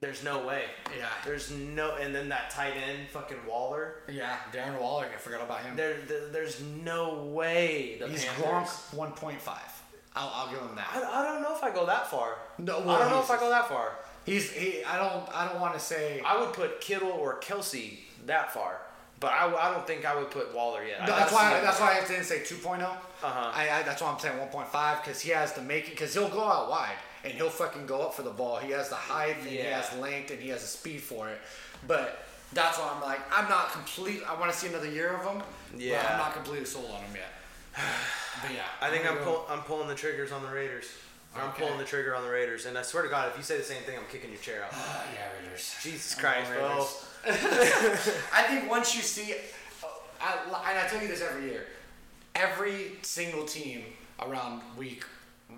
there's no way. Yeah. There's no, and then that tight end, fucking Waller. Yeah. Darren Waller. I forgot about him. There, there there's no way the He's Gronk Panthers. 1.5. I'll, I'll give him I, that. I don't know if I go that far. I No, well, don't know he's- if I go that far. He's he. I don't. I don't want to say. I would put Kittle or Kelsey that far, but I, I don't think I would put Waller yet. I No, gotta that's see why. it. That's why I didn't say 2.0. Uh-huh. I, I that's why I'm saying 1.5 because he has the making. Because he'll go out wide and he'll fucking go up for the ball. He has the height and he Yeah. has length and he has the speed for it. But that's why I'm like I'm not complete. I want to see another year of him. But Yeah. I'm not completely sold on him yet. But yeah, I think I'm gonna pull, I'm pulling the triggers on the Raiders. Or I'm Okay. pulling the trigger on the Raiders, and I swear to God, if you say the same thing, I'm kicking your chair out. go- yeah, Raiders. Jesus I'm going Christ, bro. Raiders. I think once you see, uh, I, and I tell you this every year, every single team around week,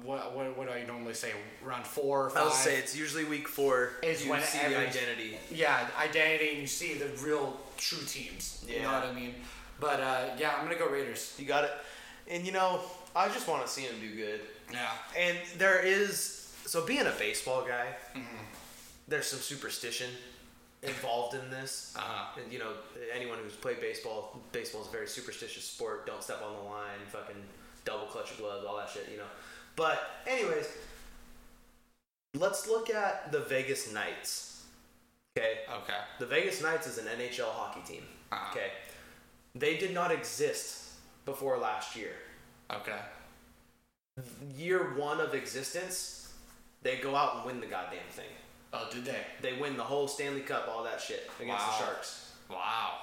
what what, what do I normally say? Around four or five. I'll say it's usually week four. Is you when see the every- identity. Yeah, identity, and you see the real true teams. You know Yeah. what I mean? But uh, yeah, I'm gonna go Raiders. You got it. And you know, I just want to see him do good. Yeah. And there is so being a baseball guy, Mm-hmm. there's some superstition involved in this. Uh-huh. And you know, anyone who's played baseball, baseball's a very superstitious sport. Don't step on the line, fucking double clutch your gloves, all that shit, you know. But anyways, let's look at the Vegas Knights. Okay? Okay. The Vegas Knights is an NHL hockey team. Uh-huh. Okay. They did not exist before last year Okay. year one of existence, they go out and win the goddamn thing. Oh, did they? They win the whole Stanley Cup, all that shit against Wow. the Sharks. Wow.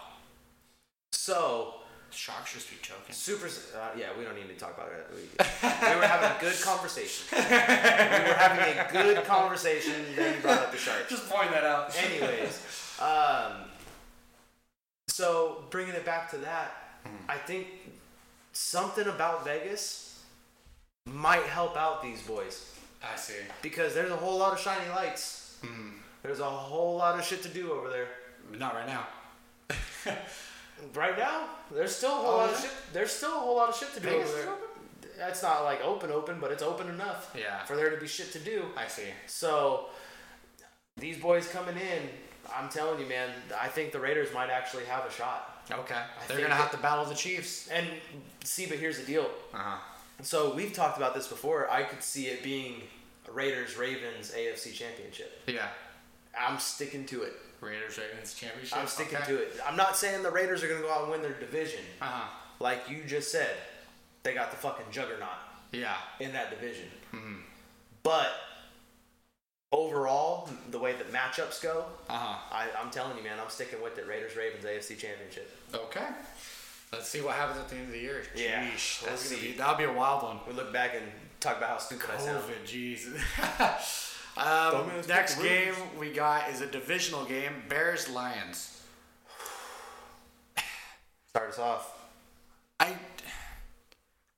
So Sharks just be choking. super. Uh, yeah, we don't need to talk about it. We, we were having a good conversation. we were having a good conversation. Then you brought up the Sharks. Just point that out. Anyways, um, so bringing it back to that, Mm-hmm. I think something about Vegas might help out these boys. I see. because there's a whole lot of shiny lights. Hmm. There's a whole lot of shit to do over there. Not right now. Right now, there's still a whole Oh, lot of yeah? shit. There's still a whole lot of shit to do Vegas over is there. That's not like open, open, but it's open enough. Yeah. For there to be shit to do. I see. So these boys coming in, I'm telling you, man. I think the Raiders might actually have a shot. Okay. They're think gonna have that- to battle the Chiefs. And see, but here's the deal. Uh huh. So we've talked about this before. I could see it being Raiders Ravens AFC Championship. Yeah. I'm sticking to it. Raiders Ravens championship. I'm sticking to it. I'm not saying the Raiders are going to go out and win their division. Uh huh. Like you just said, they got the fucking juggernaut Yeah. in that division. Mm-hmm. But overall, the way that matchups go, Uh huh. I, I'm telling you, man, I'm sticking with it. Raiders Ravens AFC Championship. Okay. Let's see what happens at the end of the year. Yeah, Jeez, let's that's gonna see. be that'll be a wild one. We look back and talk about how stupid I sound. COVID, jeez. um, Dumbass next fucking game Raiders. we got is a divisional game: Bears Lions. Start us off. I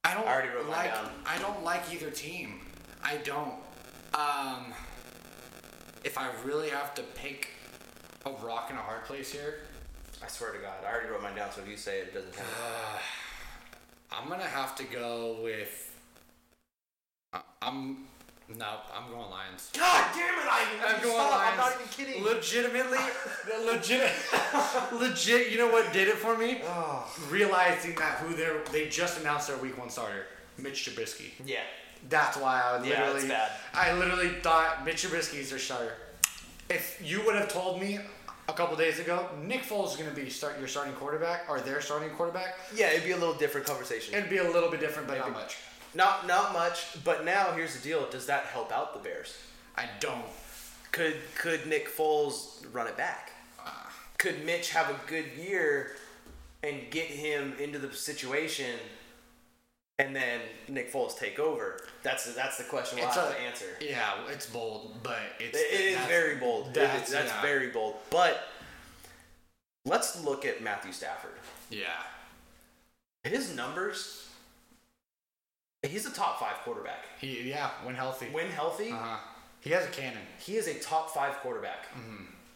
I don't I already wrote mine like down. I don't like either team. I don't. Um, if I really have to pick a rock and a hard place here, I swear to God, I already wrote mine down. So if you say it, it doesn't count. I'm gonna have to go with. I- I'm no, I'm going Lions. God damn it! I, I'm going stop, I'm Lions. not even kidding. Legitimately, legit, legit. You know what did it for me? Oh. Realizing that who they are they just announced their week one starter, Mitch Trubisky. yeah. That's why I Yeah, literally, it's bad. I literally thought Mitch Trubisky's their starter. If you would have told me a couple days ago, Nick Foles is going to be start your starting quarterback or their starting quarterback, Yeah, it'd be a little different conversation. it'd be a little bit different, but not much. Not not much, but now here's the deal. Does that help out the Bears? I don't. Could could Nick Foles run it back? Uh, Could Mitch have a good year and get him into the situation and then Nick Foles take over? That's the, that's the question we'll It's have a- to answer. It- Yeah, it's bold, but it's it is that's- very bold. It is- that's- That's, yeah. very bold. But let's look at Matthew Stafford. yeah. His numbers he's a top 5 quarterback. He yeah when healthy. When healthy, uh-huh. He has a cannon. he is a top 5 quarterback.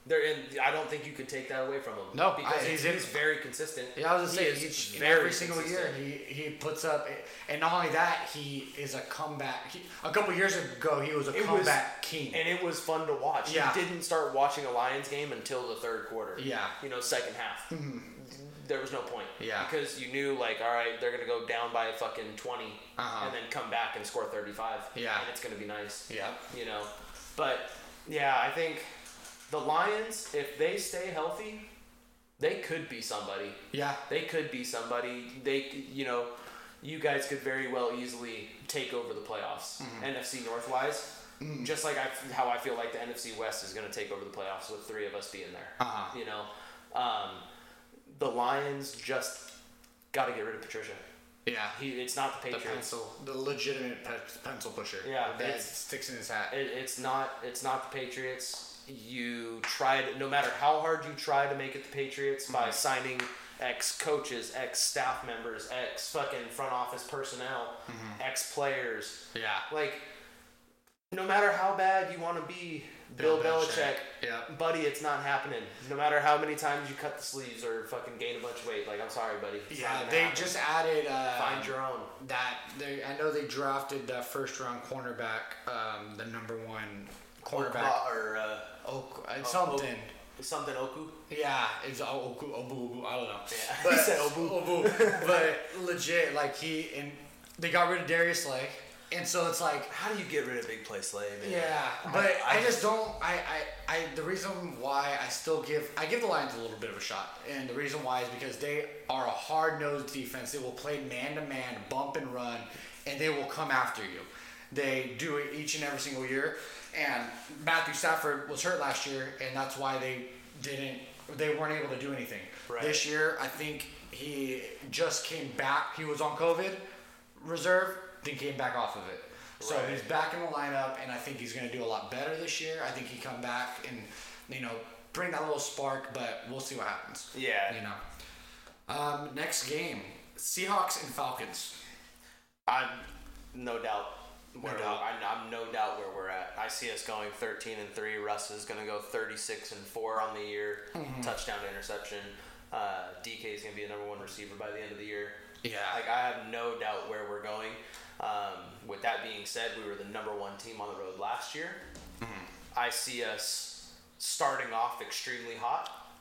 There, and I don't think you can take that away from him. Mm-hmm. No, because I- he's, he's- he's very consistent. Yeah, I was He gonna is say each and very every single year consistent. he, he puts up, and not only that, he is a comeback. He, a couple years ago, he was a It was- comeback king. and it was fun to watch. Yeah. You didn't start watching a Lions game until the third quarter. Yeah. Mm-hmm. you know, second half. There was no point. Yeah. because you knew like, all right, they're gonna go down by fucking 20 Uh-huh. and then come back and score thirty five. Yeah. and it's gonna be nice. Yeah. you know, but yeah, I think the Lions, if they stay healthy, they could be somebody. yeah, They could be somebody. They, you know, you guys could very well easily take over the playoffs, NFC North wise. Just like I, how I feel like the NFC West is going to take over the playoffs with three of us being there. Uh-huh. You know, um, the Lions just got to get rid of Patricia. yeah. He, it's not the the Patriots. pencil, the legitimate pe- pencil pusher. Yeah, that it's- sticks in his hat. It, it's not. It's not the Patriots. You tried, no matter how hard you try to make it the Patriots by signing ex coaches, ex staff members, ex fucking front office personnel, ex players. yeah, Like, no matter how bad you want to be, Bill, Belichick, Yeah, buddy, it's not happening. No matter how many times you cut the sleeves or fucking gain a bunch of weight, like I'm sorry, buddy. It's not yeah. gonna They happen. just added uh, find your own. that. They, I know they drafted uh, first round cornerback, um, the number one cornerback. or uh, Oak, uh, something. something Oku. Yeah, it's oh, Oku, Obu, Obu, I don't know. Yeah. But, He said Obu. Obu. But legit, like he and they got rid of Darius Slay, and so it's like How do you get rid of big play slave? Yeah, but I, just don't. I, I, I, the reason why I still give, I give the Lions a little bit of a shot, and the reason why is because they are a hard-nosed defense. They will play man-to-man, bump and run, and they will come after you. They do it each and every single year. And Matthew Stafford was hurt last year, and that's why they didn't, they weren't able to do anything. Right. This year, I think he just came back. He was on COVID reserve, then came back off of it. So Right. he's back in the lineup, and I think he's going to do a lot better this year. I think he come back and you know bring that little spark, but we'll see what happens. Yeah. you know. Um, next game, Seahawks and Falcons. I'm no doubt. Where No doubt. I, I'm no doubt where we're at. I see us going 13 and three. Russ is going to go 36 and four on the year. Mm-hmm. Touchdown to interception. Uh, DK is going to be the number one receiver by the end of the year. Yeah. Like I have no doubt where we're going. Um, with that being said, we were the number one team on the road last year. Mm-hmm. I see us starting off extremely hot,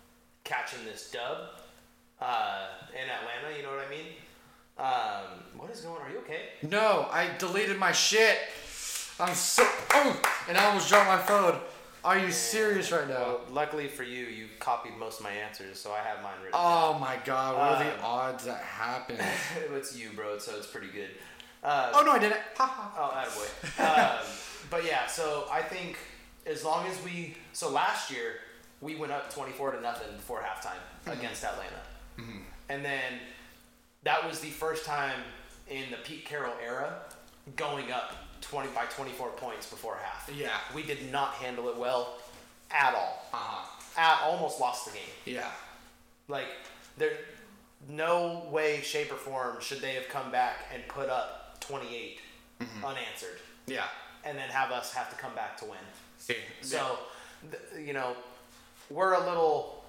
catching this dub uh, in Atlanta. You know what I mean? Um, what is going? Are you okay? No, I deleted my shit. I'm so oh, and I almost dropped my phone. Are you serious right now? Well, luckily for you, you copied most of my answers, so I have mine written. Oh my God! What are the Uh, odds that happened? down. it's you, bro, so it's pretty good. Uh, oh no, I didn't. Ha, ha. Oh, attaboy. um, but yeah, so I think as long as we, so last year we went up 24 to nothing before halftime Mm-hmm. against Atlanta, and then that was the first time in the Pete Carroll era going up 20 by 24 points before half. Yeah. we did not handle it well at all. Uh-huh. At, almost lost the game. Yeah. Like there, no way, shape, or form should they have come back and put up 28 unanswered, Yeah. and then have us have to come back to win. See. So, th- you know, we're a little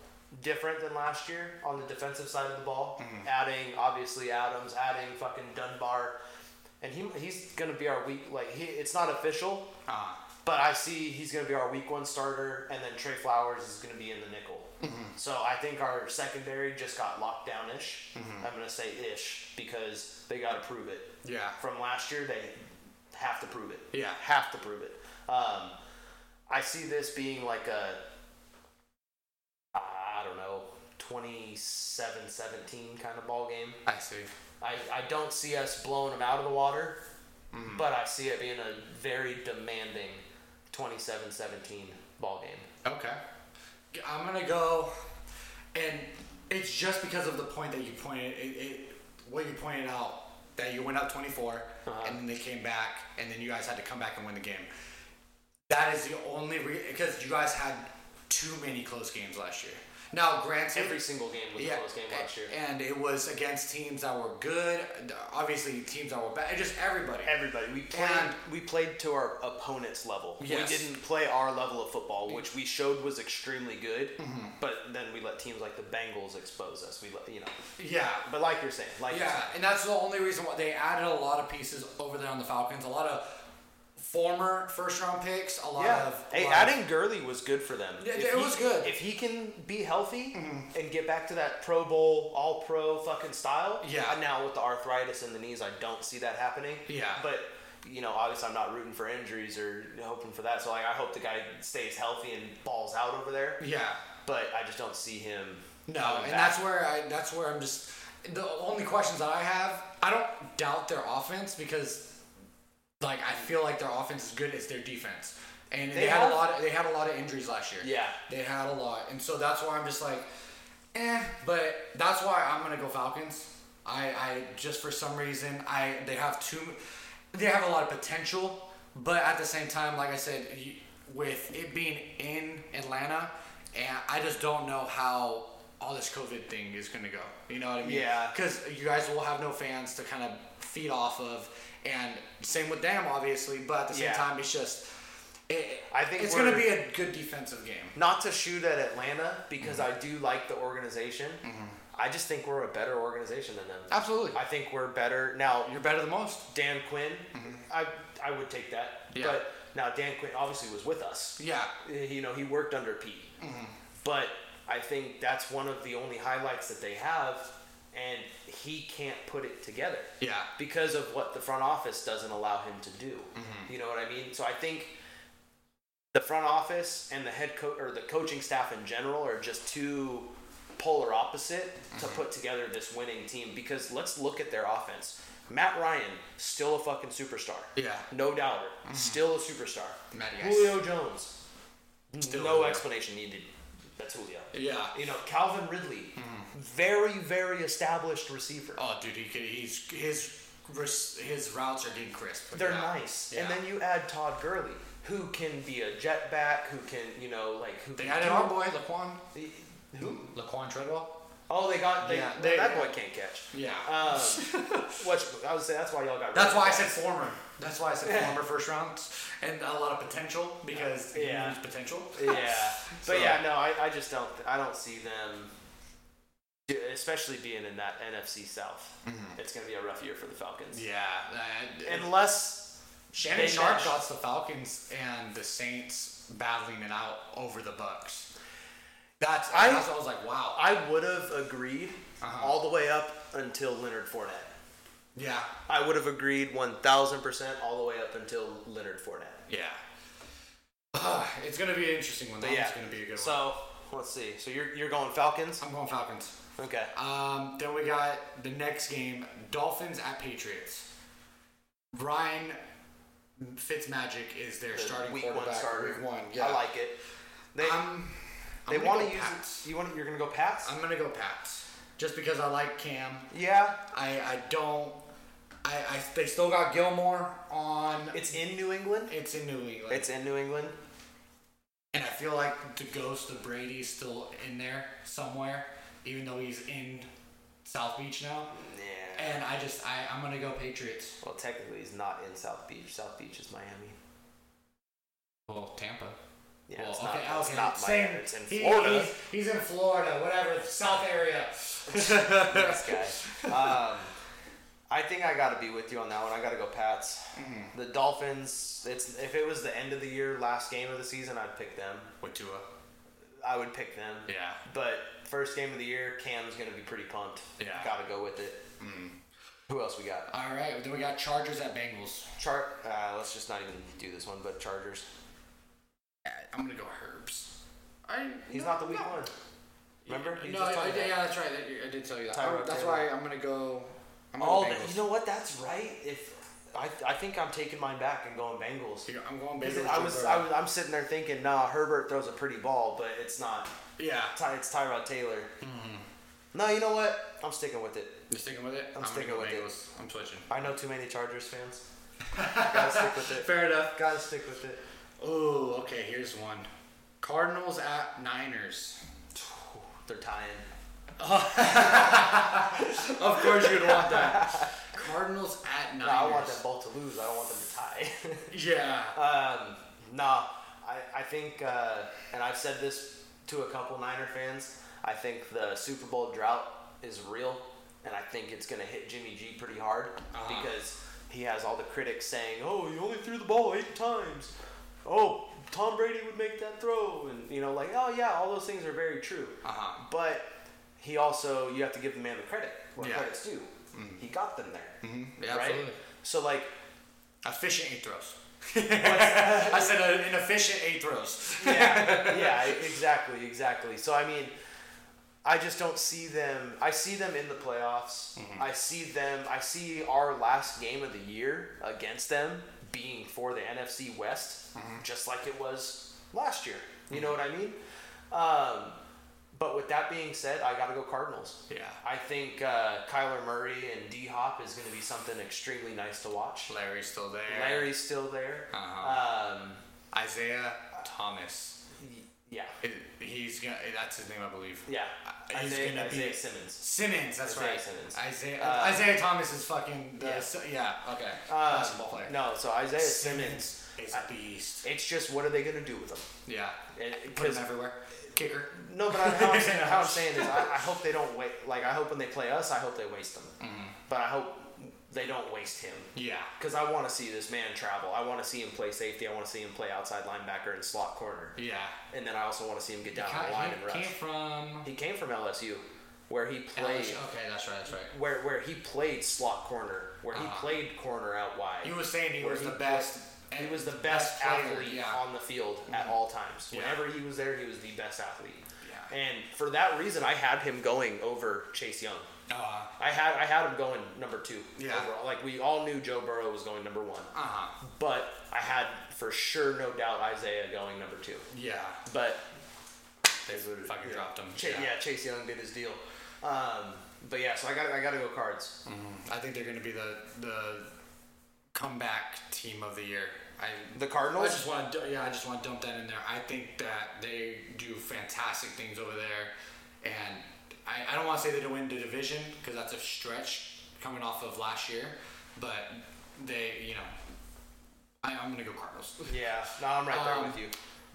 different than last year on the defensive side of the ball. Adding obviously Adams, adding fucking Dunbar, and he he's gonna be our week. Like he, it's not official, Uh, but I see he's going to be our week one starter, and then Trey Flowers is going to be in the nickel. So I think our secondary just got locked down ish. I'm going to say ish because they got to prove it. Yeah. From last year, they have to prove it. Yeah. Have to prove it. Um, I see this being like a, I don't know, 27 17 kind of ball game. I see. I, I don't see us blowing them out of the water, but I see it being a very demanding 27 17 ball game. Okay. I'm gonna go, and it's just because of the point that you pointed, it, it, what you pointed out, that you went up 24, and then they came back, and then you guys had to come back and win the game. That is the only re because you guys had too many close games last year. Now, granted, Every single game was a close game last year. and it was against teams that were good. Obviously, teams that were bad. Just everybody. Everybody, we played. And- we played to our opponent's level. Yes. We didn't play our level of football, which we showed was extremely good. But then we let teams like the Bengals expose us. We let you know. yeah, But like you're saying, like you're Yeah, and that's the only reason why they added a lot of pieces over there on the Falcons. A lot of former first round picks. A lot Yeah. of a Hey, lot adding Gurley was good for them. Yeah, If it he- was good. Mm-hmm. If he can be healthy and get back to that Pro Bowl, All Pro fucking style. Yeah. and Now with the arthritis in the knees, I don't see that happening. Yeah. But you know, obviously, I'm not rooting for injuries or hoping for that. So like, I hope the guy stays healthy and balls out over there. Of, yeah. But I just don't see him. No, coming and back. that's where I. That's where I'm just. The only questions that I have, I don't doubt their offense because, like, I feel like their offense is good as their defense, and they, They had have- a lot. They had a lot of injuries last year. Yeah. they had a lot, and so that's why I'm just like, eh. But that's why I'm gonna go Falcons. I, I just for some reason I they have too, they have a lot of potential, but at the same time, like I said, you, with it being in Atlanta, and I just don't know how all this COVID thing is gonna go. You know what I mean? Yeah. Because you guys will have no fans to kind of feed off of, and same with them, obviously. But at the same Yeah. time, it's just. It, I think it's going to we're- be a good defensive game. not to shoot at Atlanta because Mm-hmm. I do like the organization. I just think we're a better organization than them. Absolutely. I think we're better now. You're better than most. Dan Quinn, I I would take that. Mm-hmm. Yeah. But now Dan Quinn obviously was with us. Yeah. Mm-hmm. You know, he worked under Pete. But I think that's one of the only highlights that they have, and he can't put it together. Yeah. Because of what the front office doesn't allow him to do. Mm-hmm. You know what I mean? So I think the front office and the head coach or the coaching staff in general are just too polar opposite to Mm-hmm. put together this winning team because let's look at their offense. Matt Ryan, still a fucking superstar. Yeah. Mm-hmm. No doubter. Still a superstar. Matty Ice. Julio Jones. Still no Julio. explanation needed. That's Julio. Yeah. Mm-hmm. You know, Calvin Ridley. Very, very established receiver. Oh, dude, he could, he's his ris- his routes are getting crisp. They're Yeah. nice. And Yeah. then you add Todd Gurley, who can be a jetback, who can, you know, like who they can added do- our boy Laquan Who? Laquan Treadwell. Oh, they got they, Yeah, well, they- that boy can't catch. Yeah. Um, which I would say that's why y'all got. That's rid of why I him. said former. That's why I said former first rounds and a lot of potential because Yeah. yeah. potential. yeah, but So- yeah, no, I, I just don't I don't see them, especially being in that NFC South. It's gonna be a rough year for the Falcons. Mm-hmm. Yeah. uh, Unless Shannon they Sharp mesh. got the Falcons and the Saints battling it out over the Bucks. That's I- that's what I was like, wow. I would have agreed Uh-huh. all the way up until Leonard Fournette. yeah. I would have agreed one thousand percent all the way up until Leonard Fournette. Yeah. Ah, it's gonna be an interesting one. That But yeah, one's gonna be a good one. So let's see. So you're you're going Falcons? I'm going Falcons. Okay. Um, then we got the next game: Dolphins at Patriots. Brian Fitzmagic is their starting week one quarterback. starter. Week one. Yeah. I like it. They I'm, they I'm gonna want go to use Pats. you want you're gonna go Pats. I'm gonna go Pats just because I like Cam. yeah, I I don't. I, I they still got Gilmore on. it's in New England. It's in New England. It's in New England. And I feel like the ghost of Brady's still in there somewhere, even though he's in South Beach now. Yeah. And I just, I, I'm gonna go Patriots. Well, technically, he's not in South Beach. South Beach is Miami. Well, Tampa. Yeah, well, it's not. okay, It's okay, not same. Miami. It's in He- Florida. he's, he's in Florida, whatever, South area. this guy. Um, I think I got to be with you on that one. I got to go Pats. Mm-hmm. The Dolphins. It's if it was the end of the year, last game of the season, I'd pick them. With Tua. I would pick them. Yeah. But first game of the year, Cam's gonna be pretty pumped. Yeah. Mm-hmm. Gotta go with it. Who else we got? All right, then we got Chargers at Bengals. Chart. Uh, let's just not even do this one. But Chargers. I'm gonna go Herbs. I, He's no, not the week no. one. Remember? You No, just I, told me I- that. yeah, that's right. that- I did tell you that. Tyrod I- that's Taylor. why I'm gonna go. I'm gonna All go the, Bengals. you know what? That's right. If I, I think I'm taking mine back and going Bengals. Here, I'm going Because Bengals. I was, over- I was, I'm sitting there thinking, nah, Herbert throws a pretty ball, but it's not. yeah. Ty- It's Tyrod Taylor. No, you know what? I'm sticking with it. You sticking with it? I'm gonna sticking go with it. Bengals. I'm switching. I know too many Chargers fans. Gotta stick with it. Fair enough. Gotta stick with it. Oh, okay. Here's one. Cardinals at Niners. They're tying. Of course you'd want that. Cardinals at Niners. I want that ball to lose. I don't want them to tie. Yeah. Um, nah, I, I think, uh, and I've said this to a couple Niner fans, I think the Super Bowl drought is real, and I think it's going to hit Jimmy G pretty hard Uh-huh. because he has all the critics saying, oh, you only threw the ball eight times. Oh, Tom Brady would make that throw. And, you know, like, oh, yeah, all those things are very true. Uh-huh. But he also, you have to give the man the credit where Yeah. credit's due. He got them there. Yeah, right? absolutely. So, like, Efficient eight throws. I said uh, an efficient eight throws. yeah, yeah, exactly, exactly. So I mean, I just don't see them. I see them in the playoffs. Mm-hmm. I see them. I see our last game of the year against them being for the NFC West, Mm-hmm. just like it was last year. You know what I mean? Um, but with that being said, I gotta go Cardinals. Yeah. I think uh, Kyler Murray and D Hop is gonna be something extremely nice to watch. Larry's still there. Larry's still there. Uh-huh. Um, Isaiah Thomas. y- yeah. It- He's gonna. That's his name, I believe. Yeah. Uh, he's Isaiah, gonna Isaiah be- Simmons. Simmons. That's Isaiah right. Simmons. Isaiah. Uh, Isaiah Thomas is fucking. The, yeah. yeah. yeah. Okay. Uh, Basketball player. No, so Isaiah Simmons. is I- a beast. It's just what are they going to do with him? Yeah. And- Put 'cause- him everywhere. Kicker. No, but I, how, I'm saying, how I'm saying is, I, I hope they don't wait. Like I hope when they play us, I hope they waste them. Mm-hmm. But I hope they don't waste him. Yeah. Because I want to see this man travel. I want to see him play safety. I want to see him play outside linebacker and slot corner. Yeah. And then I also want to see him get down Ca- the line and he rush. came from. He came from LSU, where he played. LSU. Okay, that's right. That's right. Where, where he played slot corner, where he Uh-huh. played corner out wide. He was saying he where was he the best. He was the best, player, athlete yeah. on the field at all times. Yeah. Whenever he was there, he was the best athlete. Yeah. And for that reason, I had him going over Chase Young. Uh, I had I had him going number two. Yeah. Overall. Like we all knew Joe Burrow was going number one, uh-huh. but I had for sure, no doubt, Isaiah going number two. Yeah. But They would fucking dropped him. Cha- yeah. Chase Young did his deal. Um, but yeah, so I got I got to go Cards. I think they're going to be the the comeback team of the year. I The I Cardinals. just want to yeah, I just want to dump that in there. I think that they do fantastic things over there, and I, I don't want to say they win the division because that's a stretch coming off of last year, but they you know I, I'm going to go Cardinals. yeah, no, I'm right there Um, with you.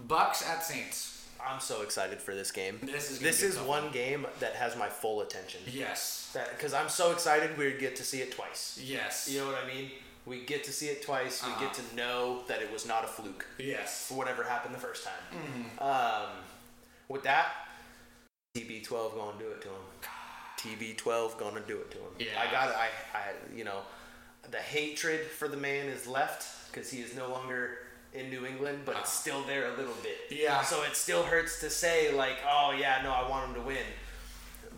Bucks at Saints. I'm so excited for this game. This is gonna this be a is tough one game that has my full attention. Yes. That because I'm so excited we get to see it twice. Yes. You know what I mean? We get to see it twice. Uh-huh. We get to know that it was not a fluke Yes. Mm-hmm. for whatever happened the first time. Um, with that, TB12 gonna do it to him. TB12 gonna do it to him. Yeah. I got. I. I. You know, the hatred for the man is left because he is no longer in New England, but it's still there a little bit. Uh-huh. Yeah. So it still hurts to say like, oh yeah, no, I want him to win.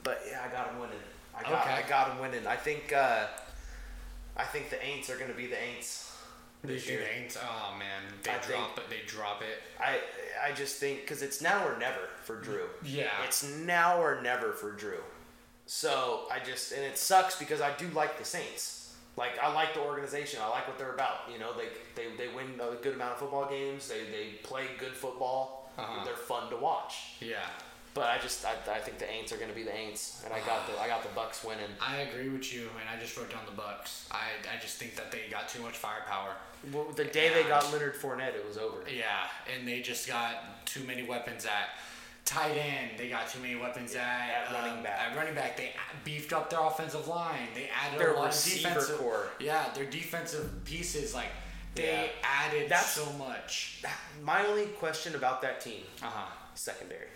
But yeah, I got him winning. I got. Okay. I got him winning. I think. Uh, I think the Aints are gonna be the Aints. This year. Saints. Oh man, they I drop it. They drop it. I I just think because it's now or never for Drew. Yeah. It's now or never for Drew. So I just and it sucks because I do like the Saints. Like I like the organization. I like what they're about. You know, they they, they win a good amount of football games. They they play good football. Uh-huh. They're fun to watch. Yeah. But I just I, I think the Aints are gonna be the Aints, and I got the I got the Bucks winning. I agree with you, and I just wrote down the Bucks. I, I just think that they got too much firepower. Well, the day they got Leonard Fournette, it was over. Yeah, and they just got too many weapons at tight end. They got too many weapons at, um, at running back. At running back, they a- beefed up their offensive line. They added Their a lot of receiver defensive. core. Yeah, their defensive pieces like they Yeah. added That's- so much. My only question about that team, Uh huh. secondary.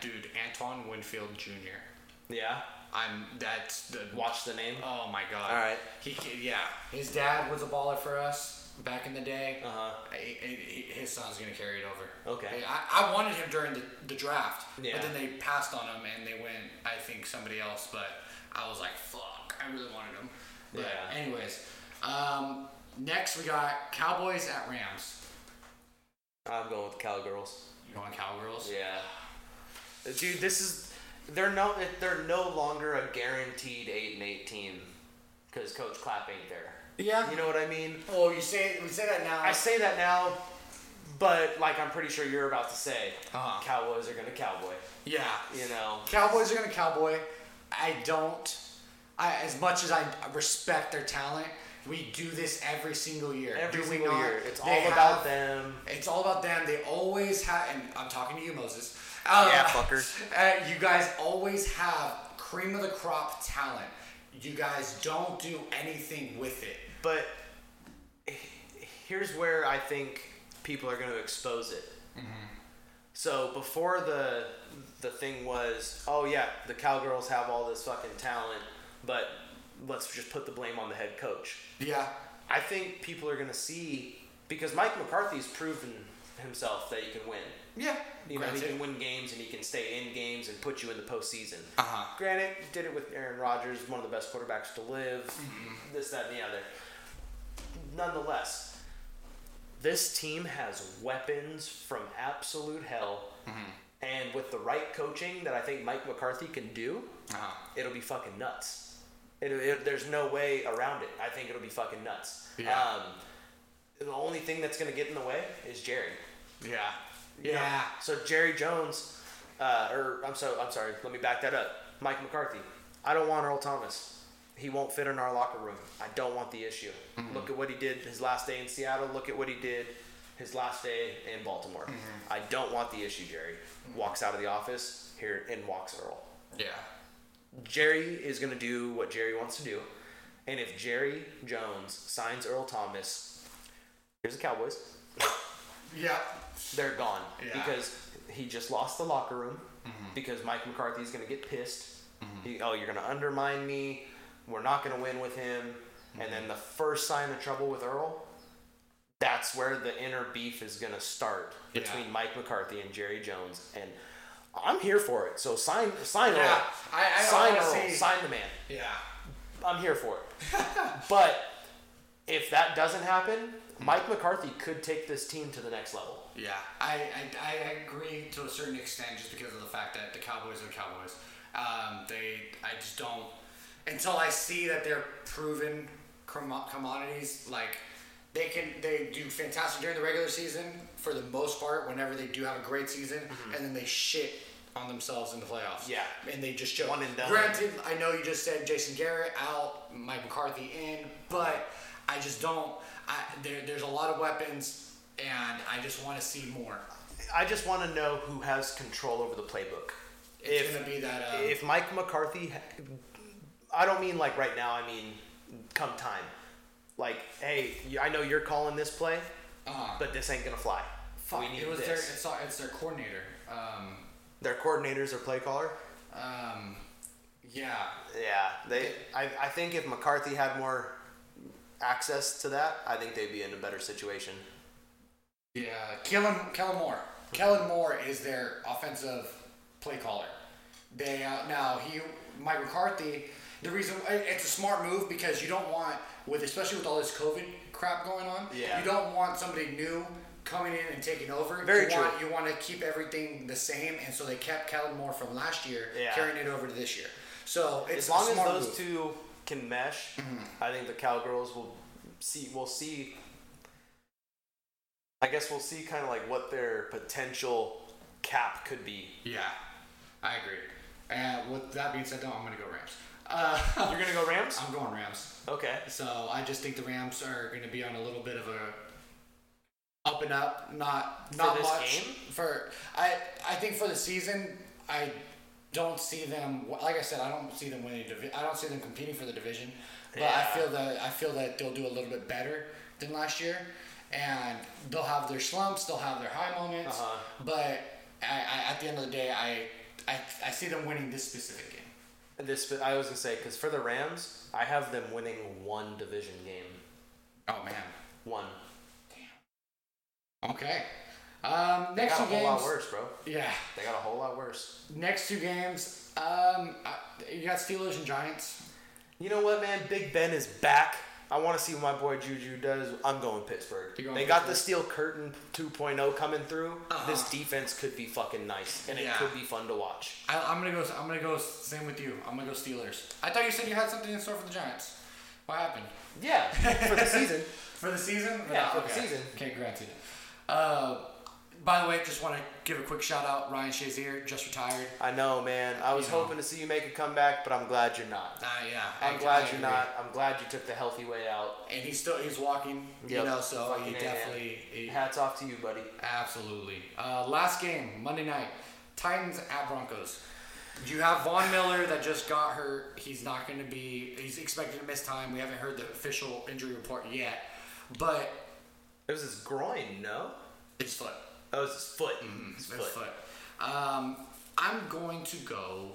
Dude, Antoine Winfield Jr. Yeah. I'm that's the Watch the name. Oh my god. All right. He ca- yeah. His dad was a baller for us back in the day. Uh-huh. I- I- I- His son's gonna carry it over. Okay. I, I wanted him during the, the draft, Yeah. but then they passed on him and they went. I think somebody else, but I was like, fuck. I really wanted him. But Yeah. anyways, um, next we got Cowboys at Rams. I'm going with Cowgirls. You going Cowgirls? Yeah. Uh, Dude, this is they're no they're no longer a guaranteed eight and eight team because Coach Clapp ain't there. Yeah. You know what I mean? Oh, you say we say that now. I say that now, But like I'm pretty sure you're about to say, Uh-huh. Cowboys are gonna cowboy. Yeah. You know, Cowboys are gonna cowboy. I don't. I as much as I respect their talent, we do this every single year. every do we single not? year, it's all They about have- them. It's all about them. They always have, and I'm talking to you, Moses. Uh, Yeah, fucker. Uh, you guys always have cream of the crop talent. You guys don't do anything with it. But here's where I think people are going to expose it. So before the the thing was, oh yeah, the cowgirls have all this fucking talent, but let's just put the blame on the head coach. Yeah. I think people are going to see because Mike McCarthy's proven himself that he can win. Yeah. You know, he Granted. can win games and he can stay in games and put you in the postseason. Uh-huh. Granted, he did it with Aaron Rodgers, one of the best quarterbacks to live, Mm-hmm. this, that, and the other. Nonetheless, this team has weapons from absolute hell. Mm-hmm. And with the right coaching that I think Mike McCarthy can do, Uh-huh. it'll be fucking nuts. It, it, there's no way around it. I think it'll be fucking nuts. Yeah. Um, the only thing that's going to get in the way is Jerry. Yeah. You know? Yeah. So Jerry Jones, uh, or I'm so I'm sorry. Let me back that up. Mike McCarthy. I don't want Earl Thomas. He won't fit in our locker room. I don't want the issue. Look at what he did his last day in Seattle. Look at what he did his last day in Baltimore. I don't want the issue. Jerry walks out of the office here and walks Earl. Yeah. Jerry is going to do what Jerry wants to do. And if Jerry Jones signs Earl Thomas, here's the Cowboys. Yeah. They're gone Yeah. Mm-hmm. because he just lost the locker room because Mike McCarthy's going to get pissed. He, oh, you're going to undermine me. We're not going to win with him. And Mm-hmm. then the first sign of trouble with Earl, that's where the inner beef is going to start Yeah. between Mike McCarthy and Jerry Jones. And I'm here for it. So sign, sign Earl. Yeah. I- I don't sign wanna Earl. see- Sign the man. Yeah. I'm here for it. but if that doesn't happen, Mike McCarthy could take this team to the next level. Yeah, I, I, I agree to a certain extent just because of the fact that the Cowboys are the Cowboys. Um, they, I just don't, until I see that they're proven commo- commodities, like they can, they do fantastic during the regular season for the most part whenever they do have a great season, and then they shit on themselves in the playoffs. Yeah. And they just show. One and done. Granted, I know you just said Jason Garrett out, Mike McCarthy in, but I just don't, I, there, there's a lot of weapons and I just want to see more. I just want to know who has control over the playbook. It's if gonna be that. Um, if Mike McCarthy, ha- I don't mean like right now. I mean come time. Like, hey, you- I know you're calling this play, uh, but this ain't gonna fly. fuck, we need it was this. their. It's, all- it's their coordinator. Um, Their coordinator's their play caller. um, yeah, Yeah, they. I, I think if McCarthy had more access to that, I think they'd be in a better situation. yeah. Kellen Kellen Moore. Kellen Moore is their offensive play caller. They uh, now he Mike McCarthy. The reason it- it's a smart move because you don't want with especially with all this COVID crap going on. Yeah. You don't want somebody new coming in and taking over. Very you true. Want, you want to keep everything the same, and so they kept Kellen Moore from last year, Yeah. carrying it over to this year. So as it's a long as smart those move. Mm-hmm. two can mesh, I think the cowgirls will see. We'll see. I guess we'll see kind of like what their potential cap could be. Yeah, I agree. And with that being said, though, I'm going to go Rams. Uh, You're gonna go Rams. I'm going Rams. Okay. So I just think the Rams are going to be on a little bit of a up and up. Not not this much game? for. I I think for the season, I don't see them. Like I said, I don't see them winning. Divi- I don't see them competing for the division. But Yeah. I feel that I feel that they'll do a little bit better than last year, and they'll have their slumps. They'll have their high moments. Uh-huh. But I, I, at the end of the day, I, I I see them winning this specific game. This I was gonna say because for the Rams, I have them winning one division game. Oh man. One. Okay. Um, They next got a two whole lot games. worse, bro. Yeah. They got a whole lot worse. Next two games, um, I- you got Steelers and Giants. You know what, man? Big Ben is back. I want to see what my boy Juju does. I'm going Pittsburgh. Uh-huh. You're going they got the steel curtain 2.0 coming through. This defense could be fucking nice, and Yeah. it could be fun to watch. I, I'm gonna go. I'm gonna go. Same with you. I'm gonna go Steelers. I thought you said you had something in store for the Giants. What happened? Yeah, for the season. For the season? Yeah, for the season. Okay, granted. Uh, by the way, just want to give a quick shout out Ryan Shazier, just retired. I know, man. I was hoping to see you make a comeback, but I'm glad you're not. Uh, yeah, I'm I- glad I you're agree. not. I'm glad you took the healthy way out. And he's still he's walking, you Yep. know. So Fucking he A, man. definitely he- Hats off to you, buddy. Absolutely. Uh, last game, Monday night, Titans at Broncos. You have Von Miller that just got hurt. He's not going to be. He's expected to miss time. We haven't heard the official injury report yet, but It was his groin, no? it's foot. That was his foot. His It's foot. Um, I'm going to go.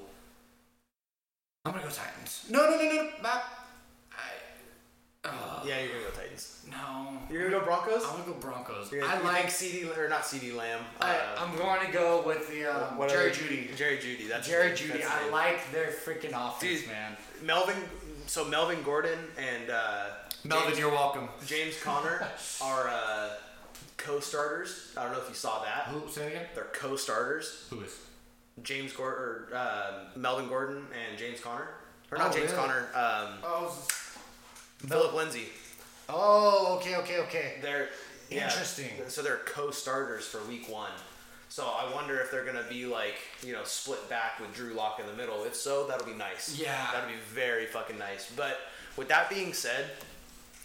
I'm going to go Titans. No, no, no, no, no. Matt. Yeah, you're gonna go Titans. No. You're gonna go Broncos. I'm going to go Broncos. You're gonna- I you think like. CD or not CD Lamb. I, uh, I'm going to go with the um, what Jerry other- Judy. Jerry Judy. That's Jerry his name, Judy, that's his I name. like their freaking offense, Dude. man. Melvin. So Melvin Gordon and uh, Melvin, you're welcome. James Conner are uh, co-starters. I don't know if you saw that. Who say it again? They're co-starters. Who is? James Gordon, or um Melvin Gordon, and James Conner, or not Oh, James really? Conner. Um, Oh, Philip Lindsay. oh, okay, okay, okay. They're yeah, Interesting. So they're co-starters for Week One. So I wonder if they're gonna be like you know split back with Drew Lock in the middle. If so, that'll be nice. Yeah. that'll be very fucking nice. But with that being said,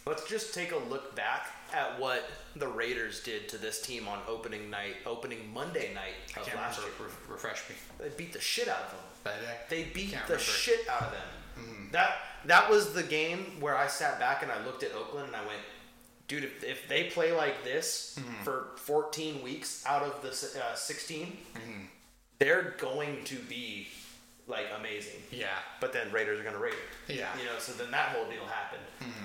let's just take a look back at what the Raiders did to this team on opening night, opening Monday night I of can't last remember. year. Re- refresh me. They beat the shit out of them. By day? They beat Can't the remember. shit out of them. Mm-hmm. That that was the game where I sat back and I looked at Oakland and I went, dude, if, if they play like this Mm-hmm. for 14 weeks out of the s- uh, 16, Mm-hmm. they're going to be like amazing. Yeah. But then Raiders are going to Raiders. Yeah. Mm-hmm. You know, so then that whole deal happened.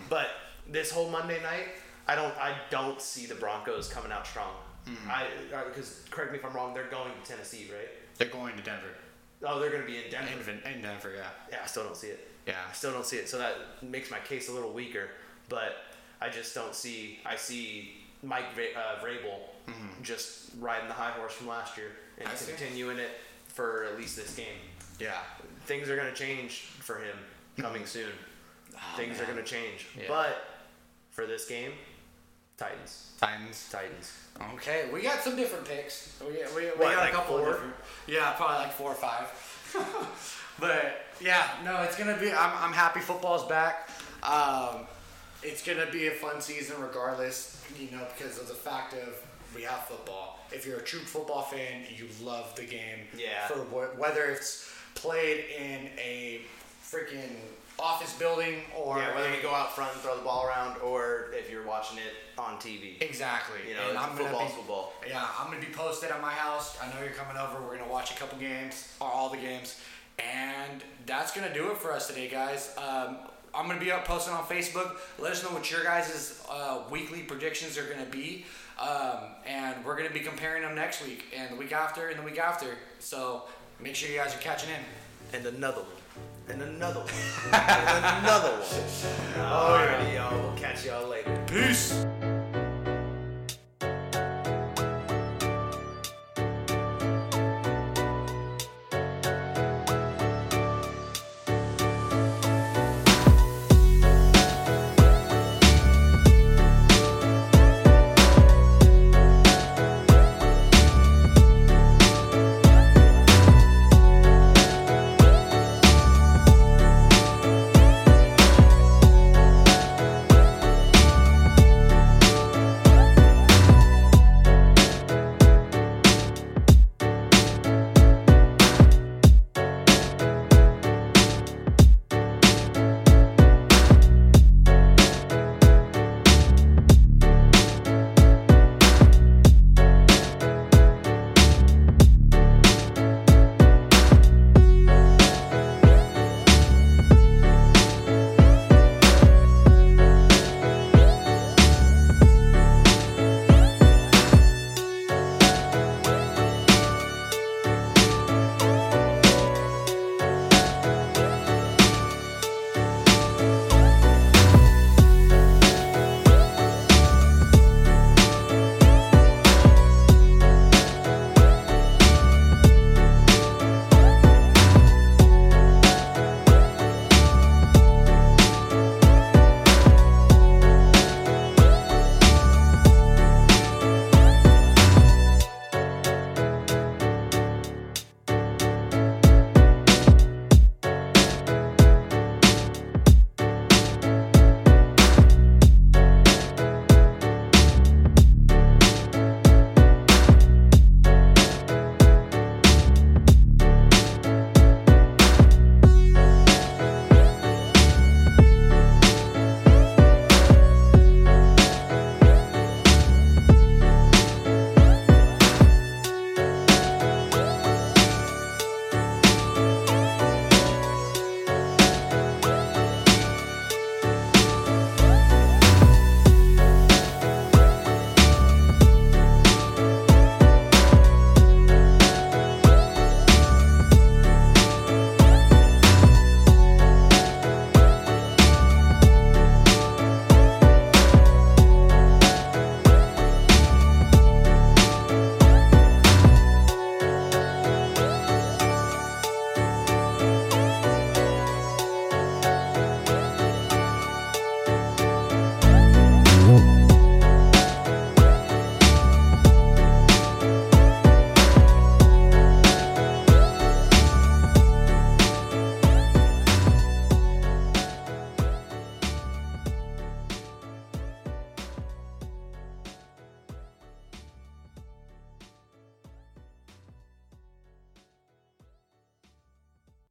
But this whole Monday night, I don't I don't see the Broncos coming out strong. Mm-hmm. I because correct me if I'm wrong, they're going to Tennessee, right? They're going to Denver. Oh, they're going to be in Denver. In, in Denver, yeah. Yeah, I still don't see it. Yeah. I still don't see it. So that makes my case a little weaker, but I just don't see. I see Mike Va- uh, Vrabel just riding the high horse from last year and Mm-hmm. I see. continuing it for at least this game. Yeah. Things are going to change for him coming soon. Things are Mm-hmm. Oh, man. going to change. Yeah. But for this game, Titans. Titans. Titans. Okay, we got some different picks. We, we, we What, got like a couple four? of different. Yeah, probably like four or five. but yeah, no, it's gonna be. I'm, I'm happy football's back. Um, it's gonna be a fun season regardless, you know, because of the fact of we have football. If you're a true football fan, you love the game. Yeah. For wh- whether it's played in a freaking office building or Yeah, whether a- we go out front and throw the ball around or if you're watching it on TV. Exactly. You know, and it's I'm gonna football's be- football. Yeah, I'm gonna be posted at my house. I know you're coming over. We're gonna watch a couple games or all the games, and that's gonna do it for us today, guys. Um, I'm gonna be up posting on Facebook. Let us know what your guys' uh, weekly predictions are gonna be, um, and we're gonna be comparing them next week, and the week after, and the week after. So make sure you guys are catching in. and another one, and another one, and another one. Alrighty, y'all. We'll catch y'all later. Peace.